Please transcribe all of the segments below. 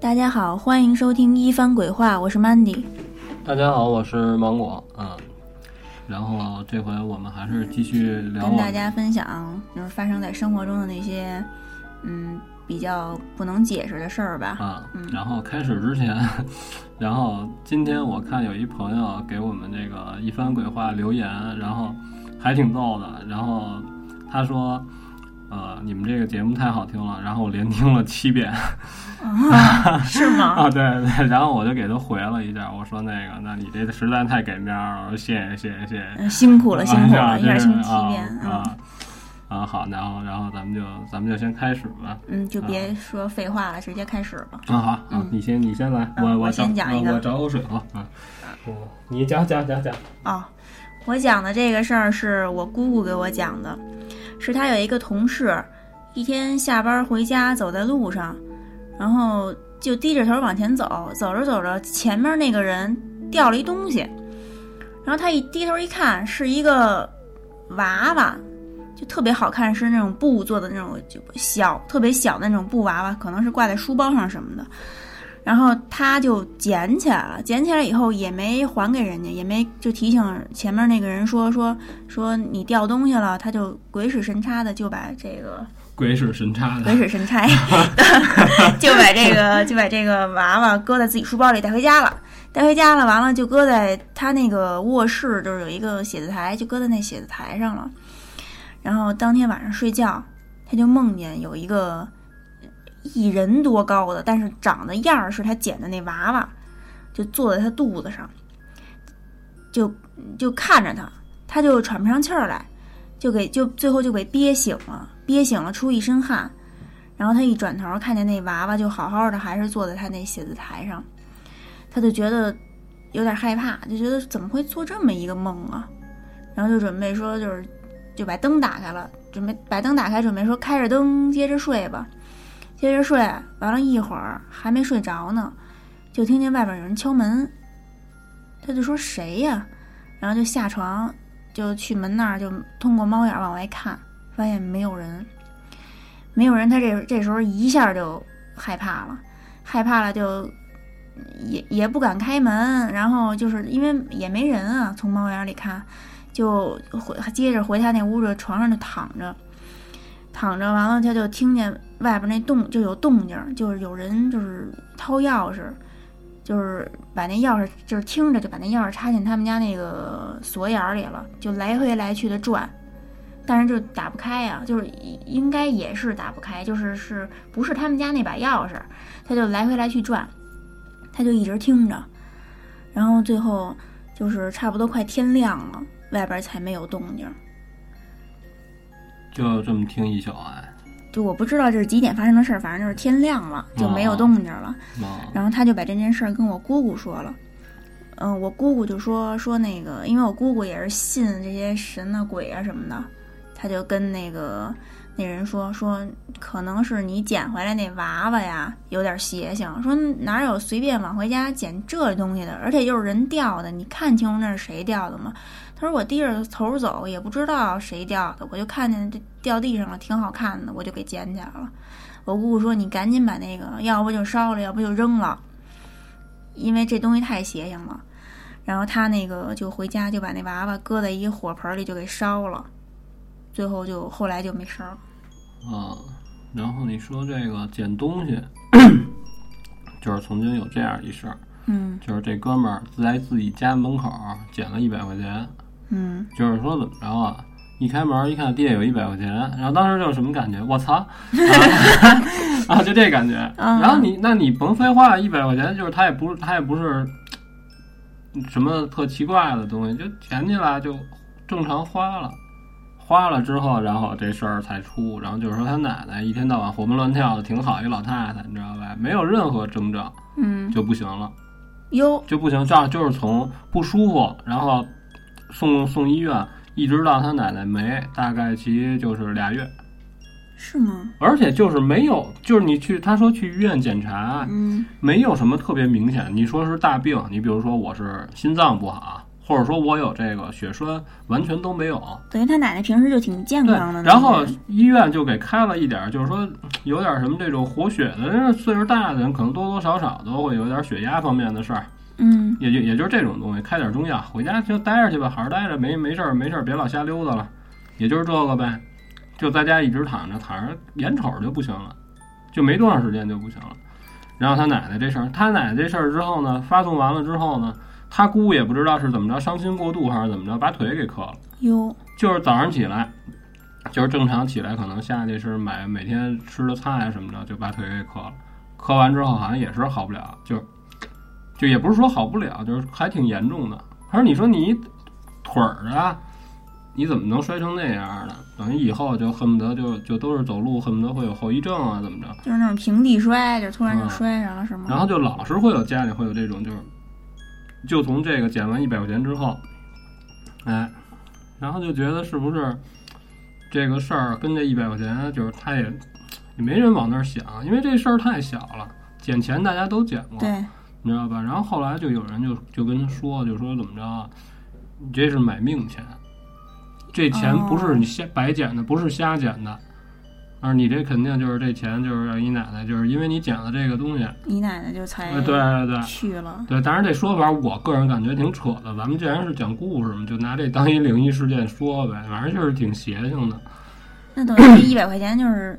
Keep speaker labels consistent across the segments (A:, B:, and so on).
A: 大家好，欢迎收听《一番鬼话》，我是 Mandy。
B: 大家好，我是芒果，嗯，然后这回我们还是继续聊啊
A: 跟
B: 我
A: 大
B: 们
A: 家分享就是发生在生活中的那些，嗯，比较不能解释的事儿吧。
B: 啊，然后开始之前， 然后今天我看有一朋友给我们这个一番鬼话留言，然后还挺逗的，然后他说，呃，你们这个节目太好听了，然后我连听了七遍
A: 啊 是吗？
B: 啊，对对，然后我就给他回了一下，我说那个，那你这实在太给面儿了，我说谢谢谢谢谢谢，
A: 嗯，辛苦了，辛苦
B: 啊
A: 了，一
B: 这
A: 下
B: 是
A: 星期一遍，
B: 啊啊啊好，然后然后咱们就咱们就先开始吧。
A: 嗯嗯，就别说废话了，直接开始吧。
B: 啊好啊，你先你先来，
A: 嗯
B: 我
A: 我
B: 找
A: 先讲一
B: 我
A: 个
B: 我找口水啊啊，嗯，你讲讲讲讲，
A: 哦，我讲的这个事儿是我姑姑给我讲的，是她有一个同事，一天下班回家走在路上，然后就低着头往前走，走着走着，前面那个人掉了一东西，然后他一低头一看，是一个娃娃。就特别好看，是那种布做的那种，就小特别小的那种布娃娃，可能是挂在书包上什么的。然后他就捡起来了，捡起来以后也没还给人家，也没就提醒前面那个人说说说你掉东西了，他就鬼使神差的就把这个
B: 鬼使神差的
A: 鬼使神差 就把这个就把这个娃娃搁在自己书包里带回家了，带回家了，完了就搁在他那个卧室，就是有一个写字台，就搁在那写字台上了。然后当天晚上睡觉，他就梦见有一个一人多高的，但是长得样儿是他捡的那娃娃，就坐在他肚子上，就就看着他，他就喘不上气儿来，就给就最后就给憋醒了，憋醒了出一身汗，然后他一转头看见那娃娃就好好的，还是坐在他那写字台上，他就觉得有点害怕，就觉得怎么会做这么一个梦啊？然后就准备说就是就把灯打开了，准备把灯打开，准备说开着灯接着睡吧，接着睡。完了一会儿还没睡着呢，就听见外边有人敲门，他就说谁呀？然后就下床就去门那儿，就通过猫眼往外看，发现没有人。没有人，他这这时候一下就害怕了，害怕了就也也不敢开门，然后就是因为也没人啊，从猫眼里看，就回接着回他那屋的床上就躺着，躺着完了他就听见外边那动就有动静儿，就是有人就是掏钥匙，就是把那钥匙就是听着就把那钥匙插进他们家那个锁眼儿里了，就来回来去的转，但是就打不开呀、就是应该也是打不开，就是是不是他们家那把钥匙，他就来回来去转，他就一直听着，然后最后就是差不多快天亮了，外边才没有动静儿。
B: 就这么听一宿哎，
A: 就我不知道这是几点发生的事儿，反正就是天亮了就没有动静儿了。
B: 啊
A: 然后他就把这件事儿跟我姑姑说了。嗯、我姑姑就说说那个，因为我姑姑也是信这些神啊、鬼啊什么的，他就跟那个那人说说，可能是你捡回来那娃娃呀有点邪性，说哪有随便往回家捡这东西的，而且又是人掉的，你看清楚那是谁掉的吗？他说我低着头走，也不知道谁掉的，我就看见这掉地上了，挺好看的，我就给捡起来了。我姑姑说：“你赶紧把那个，要不就烧了，要不就扔了，因为这东西太邪性了。”然后他那个就回家就把那娃娃搁在一个火盆里就给烧了，最后就后来就没事儿了。
B: 啊，然后你说这个捡东西，就是曾经有这样一事儿，
A: 嗯
B: 就是这哥们儿在自己家门口儿捡了一百块钱，
A: 嗯，
B: 就是说怎么着啊？一开门一看地下有一百块钱，然后当时就是什么感觉？我操！啊，就这感觉。
A: 嗯
B: 然后你，那你甭废话，一百块钱就是他也不是他也不是什么特奇怪的东西，就捡起来就正常花了。花了之后，然后这事儿才出，然后就是说他奶奶一天到晚活蹦乱跳的，挺好一老太太，你知道吧？没有任何征兆
A: 嗯
B: 就不行了。
A: 哟，
B: 就不行，这样就是从不舒服，然后送送医院，一直到他奶奶没，大概其就是俩月，
A: 是吗？
B: 而且就是没有，就是你去他说去医院检查，
A: 嗯
B: 没有什么特别明显。你说是大病，你比如说我是心脏不好，或者说我有这个血栓，完全都没有。
A: 等于他奶奶平时就挺健
B: 对
A: 康的，那种人。
B: 然后医院就给开了一点儿，就是说有点儿什么这种活血的，人家岁数大的人可能多多少少都会有点儿血压方面的事儿，
A: 嗯
B: 也就也就是这种东西，开点儿中药，回家就待着去吧，好好待着，没没事儿没事儿，别老瞎溜达了，也就是这个呗，就在家一直躺着躺着，眼瞅着就不行了，就没多长时间就不行了。然后他奶奶这事儿，他奶奶这事儿之后呢，发送完了之后呢，他姑也不知道是怎么着，伤心过度还是怎么着，把腿给磕了。
A: 哟
B: 就是早上起来，就是正常起来，可能下去是买每天吃的菜啊什么的，就把腿给磕了。磕完之后好像也是好不了，就就也不是说好不了，就是还挺严重的。他说：“你说你腿儿啊，你怎么能摔成那样呢？等于以后就恨不得就就都是走路，恨不得会有后遗症啊，怎么着？
A: 就是那种平地摔，就突然就
B: 嗯
A: 摔上了，是吗？
B: 然后就老是会有家里会有这种，就是就从这个捡完一百块钱之后，哎，然后就觉得是不是这个事儿跟这一百块钱，就是他也也没人往那儿想，因为这事儿太小了，捡钱大家都捡过，
A: 对，
B: 你知道吧？然后后来就有人就就跟他说，就说怎么着啊，你这是买命钱，这钱不是你瞎白捡的，不是瞎捡的，而你这肯定就是这钱就是让你奶奶，就是因为你捡了这个东西。
A: 你奶奶就才
B: 呃，对对对
A: 去了，
B: 对，当然这说法我个人感觉挺扯的。咱们既然是讲故事嘛，就拿这当一灵异事件说呗，反正就是挺邪性的。
A: 那等于这一百块钱就是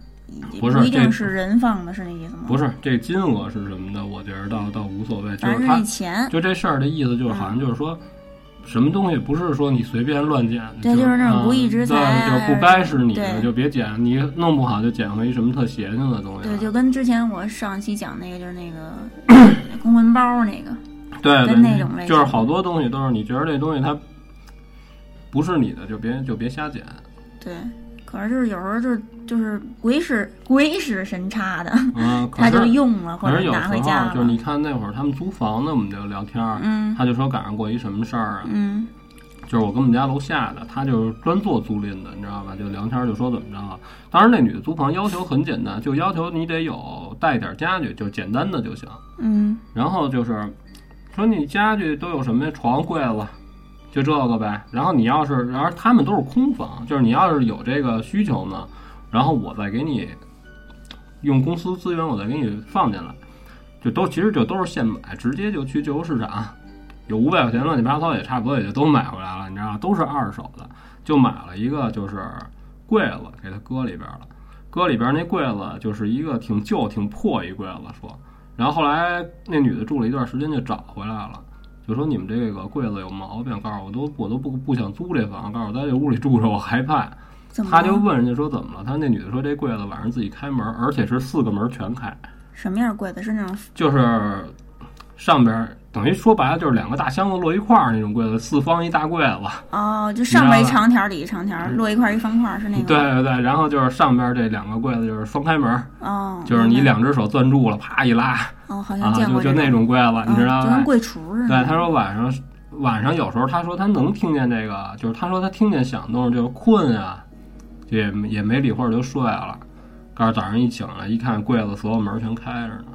B: 不是
A: 一定
B: 这
A: 是人放的，是那意思吗？
B: 不是这金额是什么的，我觉得倒倒无所谓，就
A: 反正嗯
B: 是
A: 是
B: 他
A: 那钱，
B: 就这事儿的意思，就是好像就是说。什么东西不是说你随便乱捡的？
A: 对就是那种
B: 嗯
A: 不义之财啊
B: 对，就是不该是你的
A: 对
B: 就别捡，你弄不好就捡回一什么特邪性的东西
A: 对，
B: 来。
A: 就跟之前我上期讲那个，就是那 个公文包那个，
B: 对对
A: 跟那种类
B: 对，就是
A: 型
B: 好多东西都是你觉得这东西它不是你的，就别就别瞎捡。
A: 对。可是就是有时候就是就是鬼使鬼使神差的，
B: 嗯，可
A: 他
B: 是
A: 就用了或
B: 可
A: 者
B: 是有时
A: 拿
B: 候
A: 回家
B: 就是
A: 了。
B: 你看那会儿他们租房呢，我们就聊天儿，
A: 嗯
B: 他就说赶上过一什么事儿啊，
A: 嗯
B: 就是我跟我们家楼下的，他就是专做租赁的，你知道吧？就聊天儿就说怎么着啊。当然那女的租房要求很简单，就要求你得有带点儿家具，就简单的就行。
A: 嗯
B: 然后就是说你家具都有什么呀？床、柜子，就这个呗。然后你要是，然后他们都是空房，就是你要是有这个需求呢，然后我再给你用公司资源，我再给你放进来，就都其实就都是现买，直接就去旧物市场，有五百块钱乱七八糟也差不多也就都买回来了，你知道吗？都是二手的，就买了一个就是柜子给它搁里边了。搁里边那柜子就是一个挺旧、挺破一柜子，说，然后后来那女的住了一段时间就找回来了，就说你们这个柜子有毛病，告诉我都我都不不想租这房，告诉我在这屋里住着我害怕。
A: 怎么
B: 他
A: 了？
B: 就问人家说怎么了，他那女的说这柜子晚上自己开门，而且是四个门全开，
A: 什么样的柜子？是那种
B: 就是上边儿等于说白了就是两个大箱子摞一块儿那种柜子，四方一大柜子。
A: 哦，就上边一
B: 你知道吧
A: 长
B: 嗯
A: 条，里一长条，摞一块儿一方块儿，是那个。
B: 对。对对，然后就是上边这两个柜子就是双开门，
A: 哦，
B: 就是你
A: 明白
B: 两只手攥住了，啪一拉
A: 哦，好像
B: 啊，
A: 见
B: 就
A: 过
B: 就
A: 这
B: 那
A: 种，
B: 种柜子，你知道
A: 嗯就
B: 吧
A: 跟？柜橱似的。
B: 对，他说晚上晚上有时候他说他能听见这个，就是他说他听见响动，就是困啊，就也也没理会儿就睡了。告诉早上一醒来一看，柜子所有门全开着呢，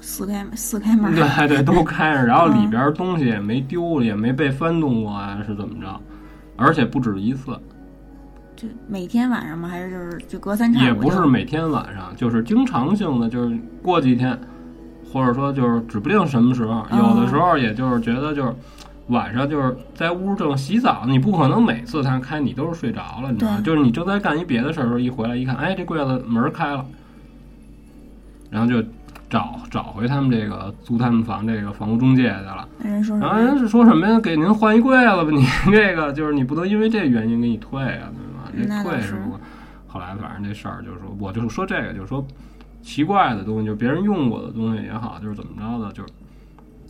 A: 四开四开门儿，
B: 对对，都开着，然后里边东西也没丢，也没被翻动过啊，是怎么着？而且不止一次，
A: 就每天晚上吗？还是就是就隔三差五？
B: 也不是。每天晚上，就是经常性的，就是过几天，或者说就是指不定什么时候，有
A: 嗯
B: 的时候也就是觉得就是晚上就是在屋正洗澡，你不可能每次他开你都是睡着了，你知道吗？就是你正在干一别的事儿的时候，一回来一看，哎，这柜子门儿开了，然后就找找回他们这个租他们房这个房屋中介去了。
A: 那人说什
B: 然后
A: 么呀？
B: 啊人是说什么呀？给您换一柜子吧， 你这个就是你不能因为这原因给你退啊，对吧？
A: 嗯那倒
B: 这退
A: 是
B: 不过。后来反正这事儿就是说，我就是说这个，就是说奇怪的东西，就是别人用过的东西也好，就是怎么着的，就是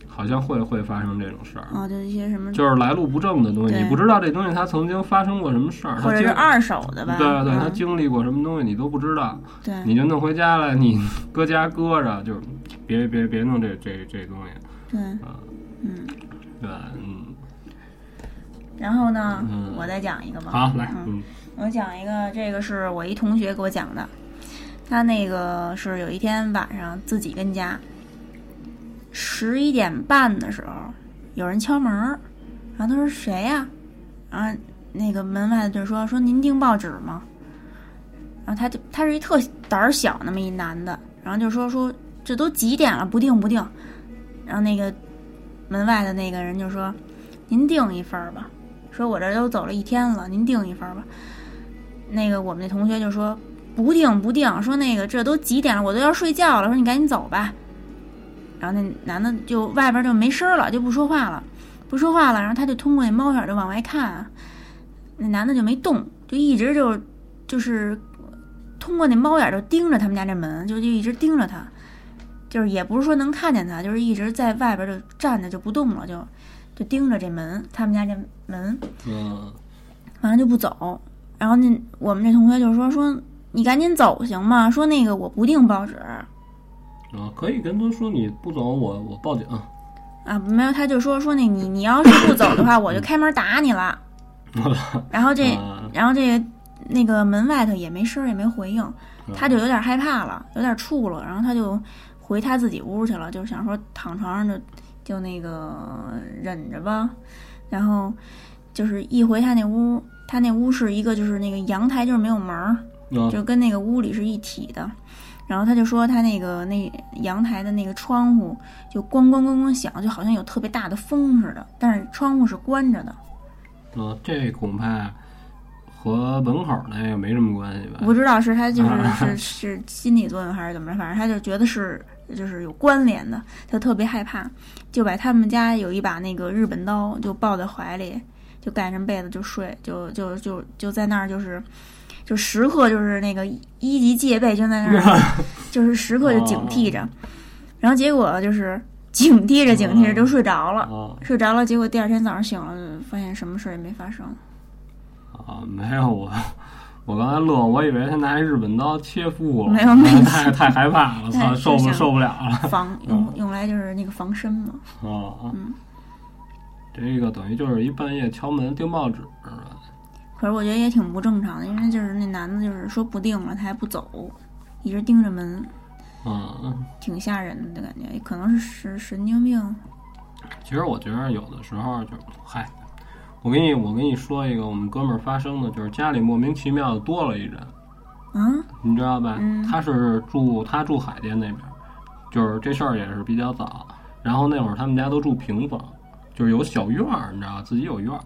B: 好像会会发生这种事儿，
A: 哦，就一些什么，
B: 就是来路不正的东西，
A: 对
B: 你不知道这东西它曾经发生过什么事儿，
A: 或
B: 它
A: 者
B: 经
A: 是二手的吧？
B: 对对，它
A: 嗯
B: 经历过什么东西你都不知道，
A: 对，
B: 你就弄回家了，你搁家搁着，就是别别别弄这这这东西，
A: 对，嗯。
B: 对吧，嗯，
A: 然后呢
B: 嗯，
A: 我再讲一个吧。
B: 好，来，
A: 嗯
B: 嗯
A: 我讲一个，这个是我一同学给我讲的。他那个是有一天晚上自己跟家，十一点半的时候，有人敲门儿，然后他说谁呀、然后那个门外就说说您订报纸吗？然后他就他是一特胆儿小那么一男的，然后就说说这都几点了不订不订，然后那个门外的那个人就说您订一份儿吧，说我这都走了一天了，您订一份儿吧。那个我们那同学就说不定不定，说那个这都几点了，我都要睡觉了，说你赶紧走吧。然后那男的就外边就没声儿了，就不说话了，不说话了。然后他就通过那猫眼就往外看，那男的就没动，就一直就就是通过那猫眼就盯着他们家这门，就就一直盯着他，就是也不是说能看见他，就是一直在外边就站着就不动了，就就盯着这门，他们家这门。
B: 嗯，
A: 完了就不走。然后那我们这同学就说说你赶紧走行吗？说那个我不订报纸
B: 啊，可以跟他说你不走，我我报警。
A: 啊，没有，他就说说那你你要是不走的话，我就开门打你了。然后这
B: 啊
A: 然后这个那个门外头也没声儿也没回应，他就有点害怕了，有点怵了，然后他就回他自己屋去了，就想说躺床上就就那个忍着吧。然后就是一回他那屋，他那屋是一个就是那个阳台就是没有门儿，
B: 啊
A: 就跟那个屋里是一体的。然后他就说他那个那阳台的那个窗户就咣咣咣咣响，就好像有特别大的风似的，但是窗户是关着的，
B: 啊，这恐怕和门口那个没什么关系吧？
A: 不知道是他就是
B: 啊
A: 是是心理作用还是怎么着，反正他就觉得是就是有关联的，他特别害怕，就把他们家有一把那个日本刀就抱在怀里，就盖上被子就睡，就就就就在那儿就是。就时刻就是那个一级戒备，就在那儿，就是时刻就警惕着，然后结果就是警惕着警惕着就睡着了，
B: 啊
A: 睡着了，结果第二天早上醒了，发现什么事儿也没发生。
B: 啊，没有我。 我刚才乐，我以为他拿一日本刀切腹了，
A: 没有没有
B: 太太害怕 了，操，
A: 对
B: 受不
A: 就想
B: 受不了了。
A: 防用用来就是那个防身嘛。
B: 啊，
A: 嗯
B: 这个等于就是一半夜敲门订报纸是吧？
A: 可是我觉得也挺不正常的，因为就是那男的，就是说不定了，他还不走，一直盯着门，
B: 嗯，
A: 挺吓人的感觉。可能是神神经病，
B: 其实我觉得有的时候就是，嗨，我跟你我跟你说一个我们哥们儿发生的，就是家里莫名其妙的多了一人，
A: 啊，
B: 你知道吧？
A: 嗯
B: 他是住他住海淀那边儿，就是这事儿也是比较早。然后那会儿他们家都住平房，就是有小院儿，你知道吧自己有院儿。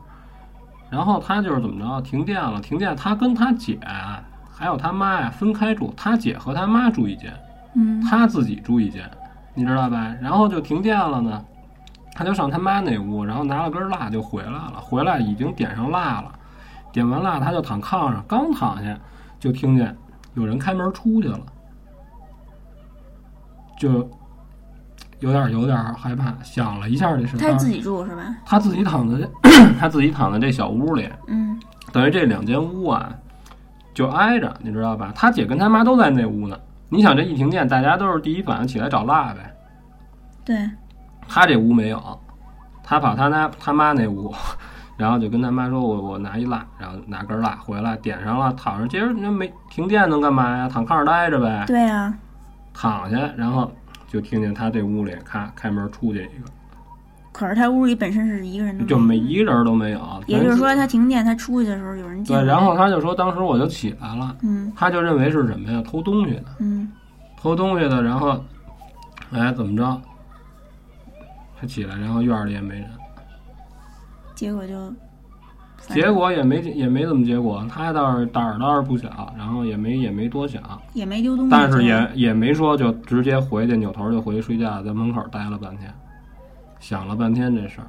B: 然后他就是怎么着，停电了，停电，他跟他姐还有他妈呀分开住，他姐和他妈住一间。
A: 嗯
B: 他自己住一间，你知道吧？然后就停电了呢，他就上他妈那屋，然后拿了根蜡就回来了，回来已经点上蜡了，点完蜡他就躺炕上，刚躺下就听见有人开门出去了，就有点有点害怕，想了一下这事儿，
A: 他是自己住是吧？
B: 他自己躺在这 他自己躺在这小屋里，
A: 嗯
B: 等于这两间屋啊，就挨着，你知道吧？他姐跟他妈都在那屋呢。你想这一停电，大家都是第一反应起来找蜡呗。
A: 对，
B: 啊他这屋没有，他跑他那他妈那屋， 然后就跟他妈说我我拿一蜡，然后拿根蜡回来点上了，躺上。接着那没停电能干嘛呀？躺炕上待着呗，
A: 对啊，
B: 躺下，然后就听见他这屋里咔开门出去一
A: 可是他屋里本身是一个人
B: 个，
A: 的，
B: 就没，一个人都没有。
A: 也就是说他停电，他出去的时候有人进
B: 对，
A: 来，
B: 然后他就说当时我就起来了，
A: 嗯
B: 他就认为是什么呀？偷东西呢。
A: 嗯
B: 偷东西的，然后，哎，怎么着？他起来，然后院儿里也没人，
A: 结果就反
B: 结果也没也没怎么结果。他倒是胆儿倒是不小，然后也 没也没多想，
A: 也没丢东西，
B: 但是也也没说就直接回去，扭头就回去睡觉，在门口待了半天，想了半天这事儿，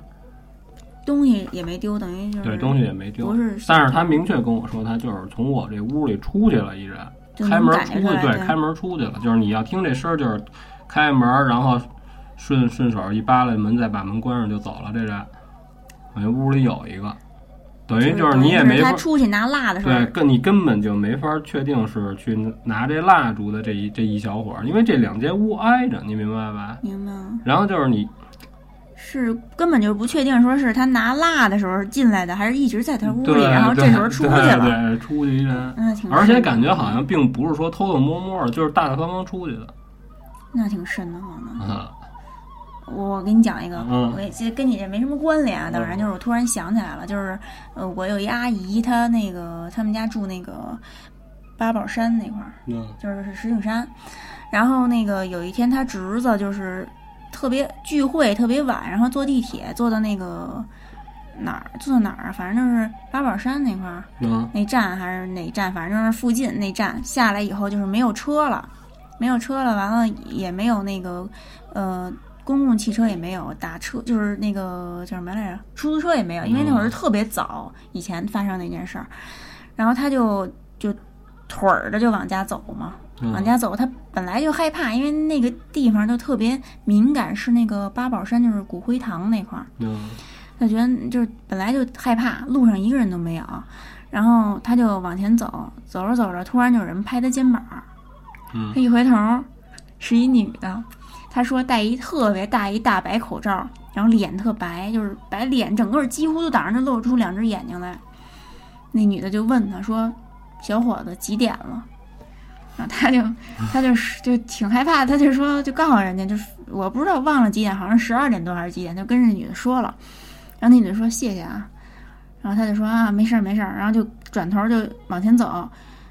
A: 东西也没丢，等于就是
B: 对，东西也没丢
A: 不。是，
B: 但是他明确跟我说，他就是从我这屋里出去了一人，
A: 就
B: 开
A: 能
B: 门
A: 感
B: 出
A: 觉
B: 去，
A: 出来
B: 对，开门出去了，就是你要听这声儿，就是开门，然后顺顺手一扒拉门，再把门关上就走了。这人，等于屋里有一个，等于就是你也
A: 等于
B: 没
A: 是他
B: 法
A: 出去拿蜡的时候，
B: 对，跟你根本就没法确定是去拿这蜡烛的这一这一小伙儿，因为这两间屋挨着，你明白吧？
A: 明白了。
B: 然后就是你
A: 是根本就不确定，说是他拿蜡的时候进来的，还是一直在他屋里，
B: 对
A: 然后这时候出去
B: 对
A: 了。
B: 对对出去一人，
A: 那挺深的
B: 而且感觉好像并不是说偷偷摸摸的，就是大大方方出去的
A: 那挺深的慌的。
B: 啊。
A: 我我跟你讲一个，
B: 嗯
A: 我也其实跟你这没什么关联啊，当然
B: 嗯
A: 就是我突然想起来了，就是呃，我有一阿姨，她那个他们家住那个八宝山那块儿，
B: 嗯
A: 就是石景山。然后那个有一天，他侄子就是特别聚会特别晚，然后坐地铁坐到那个哪儿坐到哪儿啊，反正就是八宝山那块儿
B: 嗯
A: 那站还是哪站，反正就是附近那站下来以后就是没有车了，没有车了，完了也没有那个呃。公共汽车也没有，打车就是那个叫什么来着，出租车也没有，因为那会儿是特别早以前发生那件事儿，然后他就就腿儿的就往家走嘛，往
B: 嗯
A: 家走，他本来就害怕，因为那个地方就特别敏感，是那个八宝山，就是骨灰堂那块儿，
B: 嗯
A: 他觉得就是本来就害怕，路上一个人都没有，然后他就往前走，走着走着，突然就有人拍他肩膀，
B: 嗯
A: 他一回头，是一女的，她说戴一特别大一大白口罩，然后脸特白，就是白脸，整个儿几乎都挡着露出两只眼睛来。那女的就问他说：“小伙子几点了？”然后他就他就是就挺害怕，他就说就告诉人家，就是我不知道忘了几点，好像十二点多还是几点，就跟这女的说了。然后那女的说谢谢啊，然后他就说啊没事儿没事儿，然后就转头就往前走，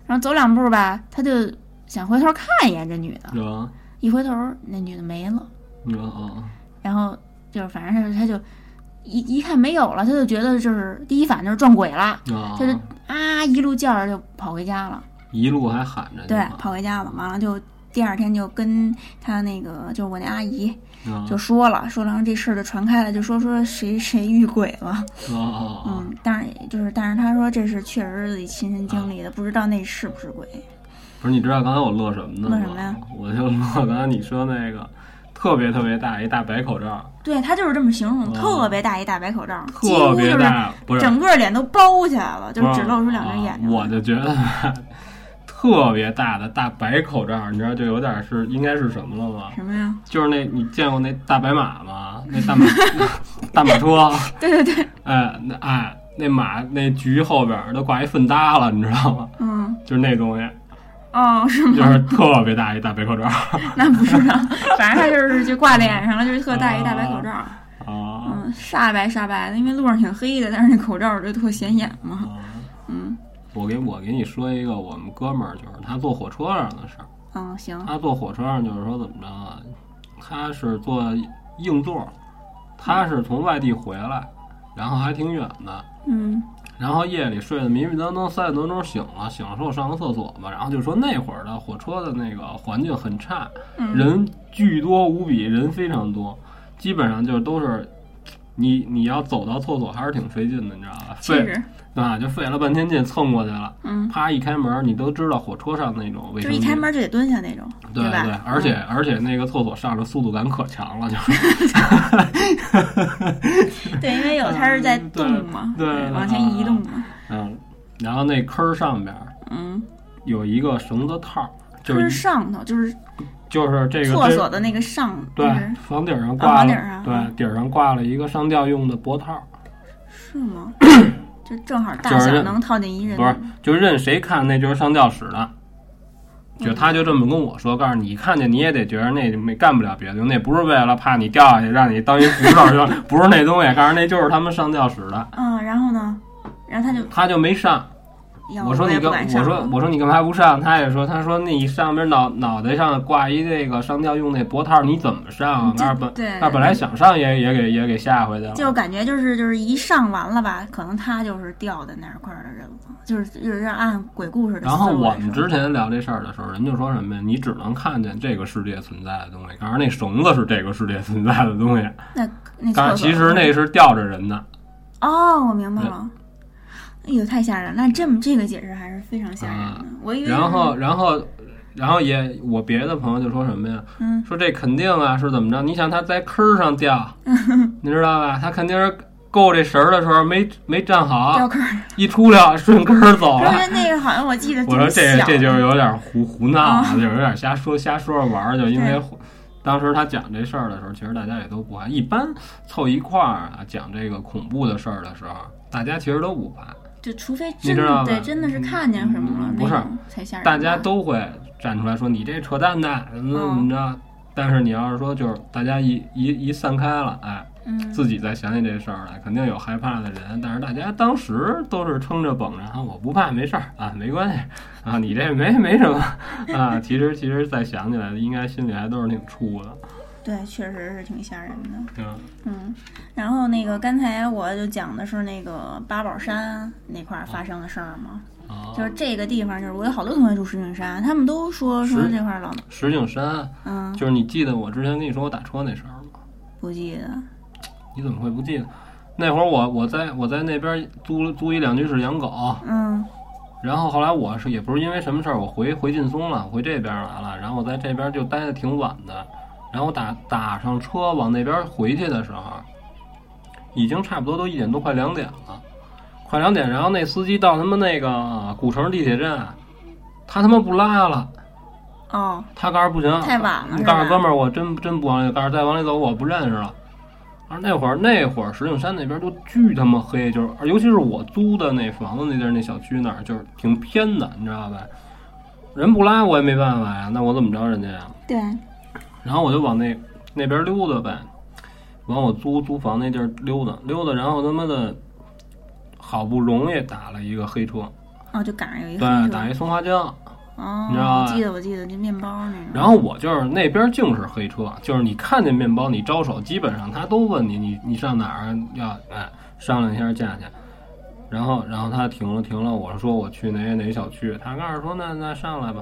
A: 然后走两步吧，他就想回头看一眼这女的，
B: 嗯
A: 一回头那女的没了，
B: 嗯
A: 然后就是反正是他就一一看没有了，他就觉得就是第一反应就是撞鬼了，
B: 嗯，
A: 他就啊一路叫着就跑回家了，
B: 一路还喊着呢
A: 对，跑回家了，完了就第二天就跟他那个就是我那阿姨
B: 嗯
A: 就说了，说然后这事儿就传开了，就说说谁 谁遇鬼了，
B: 嗯嗯
A: 嗯，但是就是但是他说这是确实是自己亲身经历的，不知道那是不是鬼，
B: 不是，你知道刚才我乐什么呢吗？
A: 乐什么呀
B: 我 就乐刚才你说那个特别特别大一大白口罩，
A: 对他就是这么形容，
B: 哦
A: 特别大一大白口罩，几
B: 特
A: 乎
B: 别
A: 就是。
B: 大，不是，
A: 整个脸都包起来了，就
B: 不
A: 是只露出两只眼睛
B: 啊
A: 来。
B: 哦我就觉得 特别大的大白口罩，你知道就有点是应该是什么了吗？
A: 什么呀？
B: 就是那你见过那大白马吗？那 大马大马车，
A: 对对对，
B: 哎那哎那马那菊后边儿都挂一粪搭了，你知道吗？
A: 嗯，
B: 就是那东西，
A: 哦，是
B: 就
A: 吗？
B: 是特别大一大白口罩
A: 那不知 道，反正他就是就挂脸上了，就是特大一大白口罩，
B: 啊。
A: 嗯，煞白煞白的，因为路上挺黑的，但是那口罩就特显眼嘛，
B: 啊
A: 嗯
B: 我给我给你说一个我们哥们儿，就是他坐火车上的事儿。
A: 嗯，行，
B: 他坐火车上就是说怎么着啊？他是坐硬座，他是从外地回来，然后还挺远的。
A: 嗯
B: 然后夜里睡得迷迷瞪瞪，三点多钟醒了，醒了说我上个厕所吧，然后就说那会儿的火车的那个环境很差，
A: 嗯
B: 人巨多无比，人非常多，基本上就是都是你你要走到厕所还是挺费劲的，你知道吧？
A: 气
B: 费
A: 质，
B: 啊就费了半天劲蹭过去了。
A: 嗯，
B: 啪一开门，你都知道火车上那种卫
A: 就
B: 生
A: 是一
B: 间
A: 开，门就得蹲下那种，
B: 对
A: 吧？
B: 对
A: 嗯，
B: 而且而且那个厕所上的速度感可强了， 就是
A: 对，因为有它是在
B: 嗯对
A: 动嘛，
B: 对对
A: 往前移动嘛，
B: 嗯，然后那坑儿上边儿
A: 嗯，
B: 有一个绳子套儿，就
A: 就是
B: 是
A: 上头，就是
B: 就是这个
A: 厕
B: 这
A: 所的那个上，
B: 对
A: 就是
B: 房顶上
A: 啊
B: 挂
A: 房
B: 了、
A: 顶上
B: 对顶上挂了一个上吊用的脖套儿，
A: 是吗？ 就正好大
B: 就是
A: 小
B: 人
A: 能套进一人，
B: 不是就任谁看那就是上吊使的。就他就这么跟我说，告诉你，看见你也得觉得那没干不了别的，那不是为了怕你掉下去让你当一扶 手，就不是那东西，告诉那就是他们上吊使的，
A: 嗯，然后呢，然后他就
B: 他就没上，
A: 要
B: 我说你
A: 也不
B: 干，
A: 敢
B: 我
A: 上
B: 说我说你干嘛不上？他也说，他说你上边脑脑袋上挂一那个上吊用那脖套，你怎么上啊？
A: 嗯
B: 那儿
A: 这
B: 本
A: 对
B: 那儿本来想上也也给也给吓回去了。
A: 就感觉就是就是一上完了吧，可能他就是掉在那块儿的人了，就是就是按鬼故事的思
B: 然后
A: 路
B: 我
A: 来
B: 们
A: 说
B: 之前聊这事儿的时候，人就说什么呀？你只能看见这个世界存在的东西，告诉那绳子是这个世界存在的东西，
A: 那那
B: 告
A: 厕所
B: 诉其实那是吊着人的。
A: 哦，我明白了。哎呦，太吓人了！那这么这个解释还是非常吓人的。
B: 啊
A: 我以为
B: 然后
A: 是
B: 然后然后也我别的朋友就说什么呀？
A: 嗯
B: 说这肯定啊是怎么着？你想他在坑儿上 掉，你知道吧？他肯定是够这绳儿的时候没没站好
A: 掉，坑儿，
B: 一出溜顺坑儿走
A: 可
B: 了。
A: 是那个好像我记得
B: 我说
A: 挺
B: 这
A: 小
B: 这就是
A: 的
B: 有点胡胡闹啊，就是有点瞎说瞎说着玩儿，就因为
A: 对
B: 胡当时他讲这事儿的时候，其实大家也都不怕。一般凑一块儿啊讲这个恐怖的事儿的时候，大家其实都不怕，
A: 就除非
B: 你
A: 真
B: 知道
A: 的
B: 吧
A: 对真的是看见什么了，
B: 嗯
A: 那
B: 不是
A: 种才吓人吧。
B: 大家都会站出来说你这扯淡的，怎么
A: 嗯
B: 怎么着。但是你要是说就是大家一一一散开了，哎，
A: 嗯
B: 自己再想起这事儿来，肯定有害怕的人。但是大家当时都是撑着绷着，啊，我不怕，没事儿啊，没关系啊，你这没没什么 啊。其实其实再想起来，应该心里还都是挺怵的。
A: 对，确实是挺吓人的。
B: 嗯
A: 嗯，然后那个刚才我就讲的是那个八宝山那块儿发生的事儿嘛，
B: 啊，
A: 就是这个地方，就是我有好多同学住石景山，他们都说说
B: 是
A: 这块儿老，
B: 石景山，
A: 嗯，
B: 就是你记得我之前跟你说我打车那事儿吗？
A: 不记得，
B: 你怎么会不记得？那会儿我我在我在那边租租一两居室养狗，
A: 嗯
B: 然后后来我是也不是因为什么事儿，我回回劲松了，回这边来了，然后我在这边就待的挺晚的，然后我打打上车往那边回去的时候，已经差不多都一点多快两点了，快两点，然后那司机到他妈那个啊古城地铁站，他他妈不拉了。
A: 哦，
B: 他告诉不行，
A: 太晚了是吧
B: 告诉哥们儿，我真真不往里，告诉再往里走我不认识了。而那会儿那会儿石景山那边都巨他妈黑，就是尤其是我租的那房子那地儿那小区那儿，就是挺偏的，你知道吧？人不拉我也没办法呀，那我怎么着人家呀？
A: 对，
B: 然后我就往那那边溜达呗，往我租租房那地儿溜达溜达，然后他妈的好不容易打了一个黑车，
A: 哦，就赶上有一
B: 对，
A: 个
B: 打一松花江，
A: 哦，
B: 你知道
A: 我
B: 吧
A: 记得我记得那面包那种，
B: 然后我就是那边净是黑车，就是你看见面包你招手，基本上他都问你你你上哪儿啊要哎商量一下价钱。然后然后他停了停了，我说我去哪哪小区，他告诉说那那上来吧，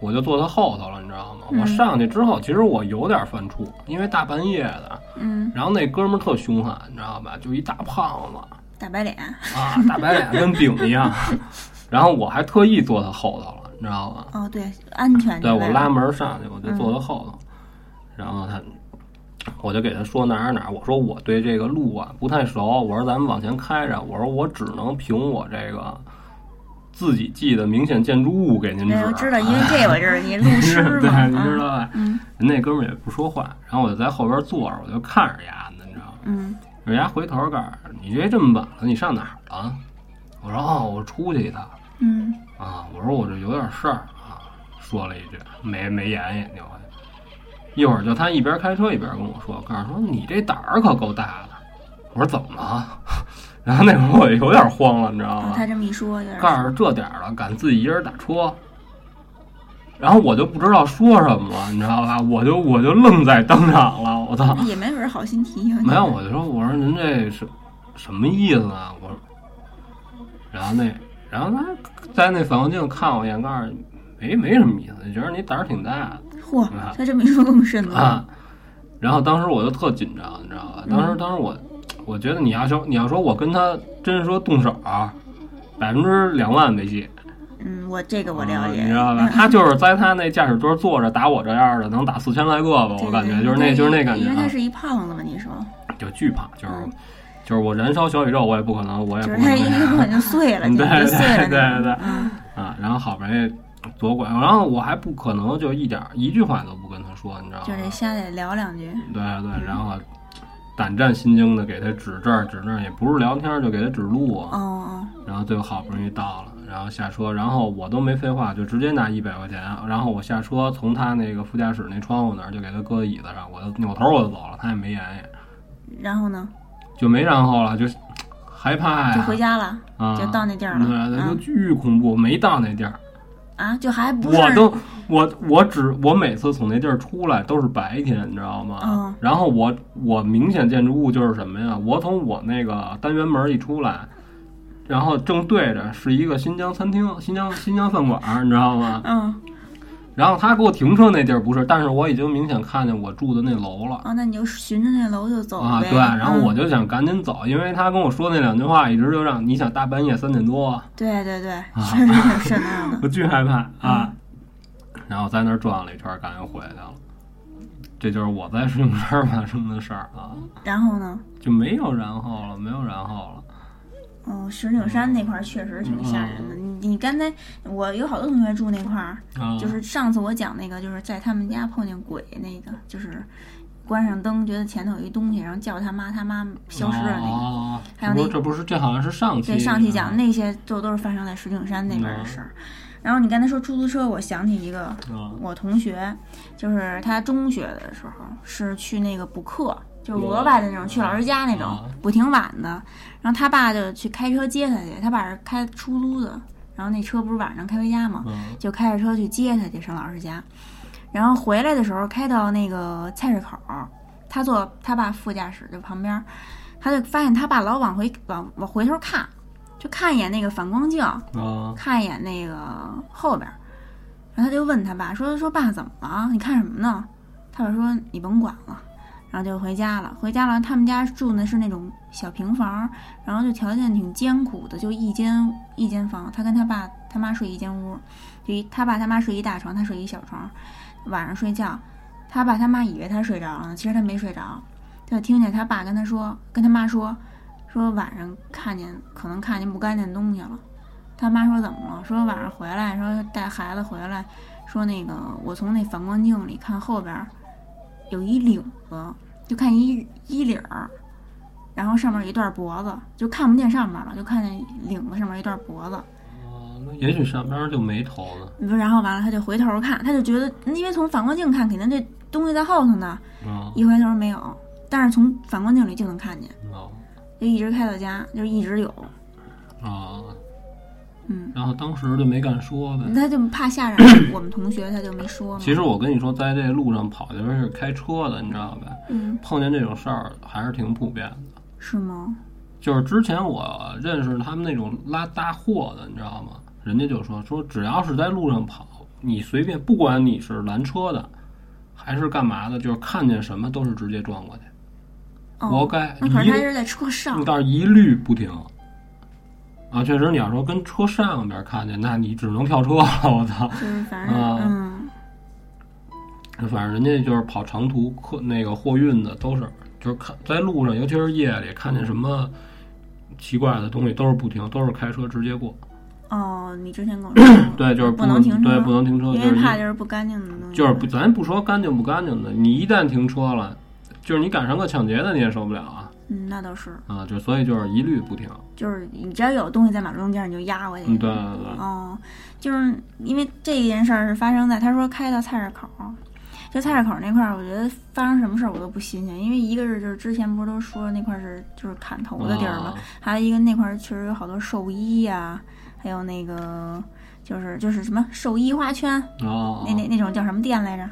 B: 我就坐他后头了，你知道吗？
A: 嗯
B: 我上去之后，其实我有点犯怵，因为大半夜的。
A: 嗯，
B: 然后那哥们儿特凶悍，你知道吧？就一大胖子，
A: 大白脸，
B: 啊，大白脸跟饼一样。然后我还特意坐他后头了，你知道吗？
A: 哦对，安全
B: 对
A: 就
B: 我
A: 为了
B: 拉门上去，我就坐他
A: 嗯
B: 后头，然后他，我就给他说哪儿哪儿，我说我对这个路啊不太熟，我说咱们往前开着，我说我只能凭我这个自己记的明显建筑物给您指。啊
A: 对，我 知道，因为这我就是你路痴
B: 对
A: 嘛，，
B: 你知
A: 嗯
B: 道吧？
A: 嗯
B: 人那哥们儿也不说话，然后我就在后边坐着，我就看着丫呢，你知道吗？
A: 嗯
B: 人家回头告诉我你这这么晚了，你上哪儿了？我说哦，我出去一趟。
A: 嗯，
B: 啊，我说我这有点事儿啊，说了一句，没没言语，牛的。一会儿就他一边开车一边跟我说，告诉说你这胆儿可够大的。我说怎么了？ 然后那会儿我有点慌了，你知道
A: 哦
B: 吗？
A: 他这么一说就是，
B: 啊告诉这点儿了，敢自己一人打车，然后我就不知道说什么了，你知道吧？我就我就愣在当场了，我操！
A: 也没准儿好心提醒你，
B: 没有，我就说，我说您这是什么意思啊？我说，然后那，然后他在那反光镜看我一眼，告诉你没没什么意思，觉得你胆儿挺大
A: 嚯
B: 啊，
A: 他这么一说更深
B: 的
A: 了。
B: 啊。 然后当时我就特紧张，你知道吧？当时当时我，我觉得你要说你要说我跟他真说动手啊，百分之两万没戏，
A: 嗯，我这个我
B: 啊
A: 了解，
B: 你知道吧？他就是在他那驾驶桌坐着打我这样的，能打四千来个吧，
A: 对对
B: 我感觉
A: 嗯对
B: 就是那
A: 对
B: 就是那感觉
A: 因为他
B: 啊，
A: 是一胖子嘛，你说，
B: 就惧怕，就是
A: 嗯
B: 就是我燃烧小宇宙，我也不可能，我也
A: 就是
B: 不可
A: 他
B: 能
A: 一
B: 那样。
A: 根本就碎 了，就
B: 对
A: 就碎了
B: 对
A: 那种
B: 对对
A: 嗯
B: 啊，然后好不容易左拐，然后我还不可能就一点儿一句话都不跟他说，你知道吗？
A: 就这瞎得聊两句，
B: 对对，然后胆战心惊的给他指这儿指那儿，也不是聊天儿，就给他指路啊。
A: 哦哦，
B: 然后最后好不容易到了，然后下车，然后我都没废话，就直接拿一百块钱，然后我下车从他那个副驾驶那窗户那儿就给他搁椅子上，我就扭头我就走了，他也没言语，
A: 然后呢，
B: 就没然后了，就害怕哎呀，
A: 就回家了，
B: 啊，
A: 就到那地儿了
B: 对，对就
A: 嗯
B: 巨恐怖，没到那地儿。
A: 啊，就还不是
B: 我都我我只我每次从那地儿出来都是白天，你知道吗？
A: 嗯
B: 然后我我明显建筑物就是什么呀？我从我那个单元门一出来，然后正对着是一个新疆餐厅、新疆新疆饭馆，你知道吗？
A: 嗯，
B: 然后他给我停车那地儿不是，但是我已经明显看见我住的那楼了。
A: 哦，那你就循着那楼就走
B: 啊，
A: 呗，
B: 对，然后我
A: 哦嗯
B: 就想赶紧走，因为他跟我说那两句话，一直就让你想大半夜三点多，
A: 对对对，
B: 啊
A: 确实 挺瘆得慌 的，
B: 我巨害怕
A: 嗯
B: 啊！然后在那儿转了一圈儿，赶紧回来了。这就是我在石景山发生的事儿啊，
A: 然后呢，
B: 就没有然后了，没有然后了。
A: 嗯哦，石景山那块儿确实挺吓人的，你
B: 嗯
A: 你刚才我有好多同学住那块儿，
B: 啊，
A: 就是上次我讲那个，就是在他们家碰见鬼那个，就是关上灯觉得前头有一东西，然后叫他妈，他妈消失了那个。
B: 哦
A: 还有
B: 这不
A: 那
B: 这不是这好像是上期啊
A: 对，上期
B: 是吧
A: 讲的那些就都是发生在石景山那边的
B: 嗯
A: 事儿。然后你刚才说出租车，我想起一个，
B: 啊
A: 我同学，就是他中学的时候是去那个补课，就是额外的那种，去老师家那种
B: 啊，
A: 补挺晚的。然后他爸就去开车接他去，他爸是开出租的，然后那车不是晚上开回家吗？
B: 嗯
A: 就开着车去接他去上老师家，然后回来的时候开到那个菜市口，他坐他爸副驾驶就旁边儿，他就发现他爸老往回往往回头看，就看一眼那个反光镜，
B: 啊
A: 看一眼那个后边儿，然后他就问他爸说说爸怎么了？你看什么呢？他爸说你甭管了，然后就回家了。回家了，他们家住的是那种小平房，然后就条件挺艰苦的，就一间一间房，他跟他爸他妈睡一间屋，就一他爸他妈睡一大床，他睡一小床。晚上睡觉，他爸他妈以为他睡着了呢，其实他没睡着，他就听见他爸跟他说跟他妈说说晚上看见可能看见不干净的东西了。他妈说怎么了？说晚上回来，说带孩子回来，说那个我从那反光镜里看后边儿有一领子，就看一衣领儿，然后上面有一段脖子，就看不见上面了，就看见领子上面一段脖子。
B: 哦那也许上边就没头呢
A: 你说，然后完了他就回头看，他就觉得，因为从反光镜看，肯定这东西在后头呢，
B: 啊
A: 一回头没有，但是从反光镜里就能看见，
B: 哦
A: 就一直开到家，就一直有，
B: 啊，
A: 嗯。
B: 然后当时就没敢说呗。
A: 他就怕吓着我们同学，他就没说嘛。
B: 嗯其实我跟你说，在这路上跑，尤其是开车的，你知道吧？
A: 嗯，
B: 碰见这种事儿还是挺普遍的。
A: 是吗？
B: 就是之前我认识他们那种拉大货的，你知道吗？人家就说说，只要是在路上跑，你随便，不管你是拦车的，还是干嘛的，就是看见什么都是直接撞过去，
A: 哦，
B: 活该。
A: 那可是他
B: 一
A: 是在车上，
B: 但是一律不停。啊，确实，你要说跟车上边看见，那你只能跳车了。我操！
A: 就是反正、
B: 啊
A: 嗯，
B: 反正人家就是跑长途客那个货运的都是，就是看在路上，尤其是夜里看见什么奇怪的东西，都是不停，都是开车直接过。
A: 哦，你之前跟我说过，
B: 对，就是
A: 不能停车
B: 对，不能停车，
A: 因
B: 就
A: 为
B: 是
A: 怕
B: 一
A: 就是不干净的东西，
B: 就是不，咱不说干净不干净的，你一旦停车了，就是你赶上个抢劫的，你也受不了啊
A: 嗯，那倒是，
B: 啊！就所以就是一律不停。
A: 就是你只要有东西在马路中间，你就压过去。
B: 嗯，对对对，
A: 哦，就是因为这件事儿是发生在他说开到菜市口，就菜市口那块儿，我觉得发生什么事儿我都不新鲜，因为一个是就是之前不是都说那块儿是就是砍头的地儿吗？
B: 啊
A: 还有一个那块儿确实有好多兽医呀、还有那个就是就是什么兽医花圈，
B: 啊，
A: 那那那种叫什么店来着？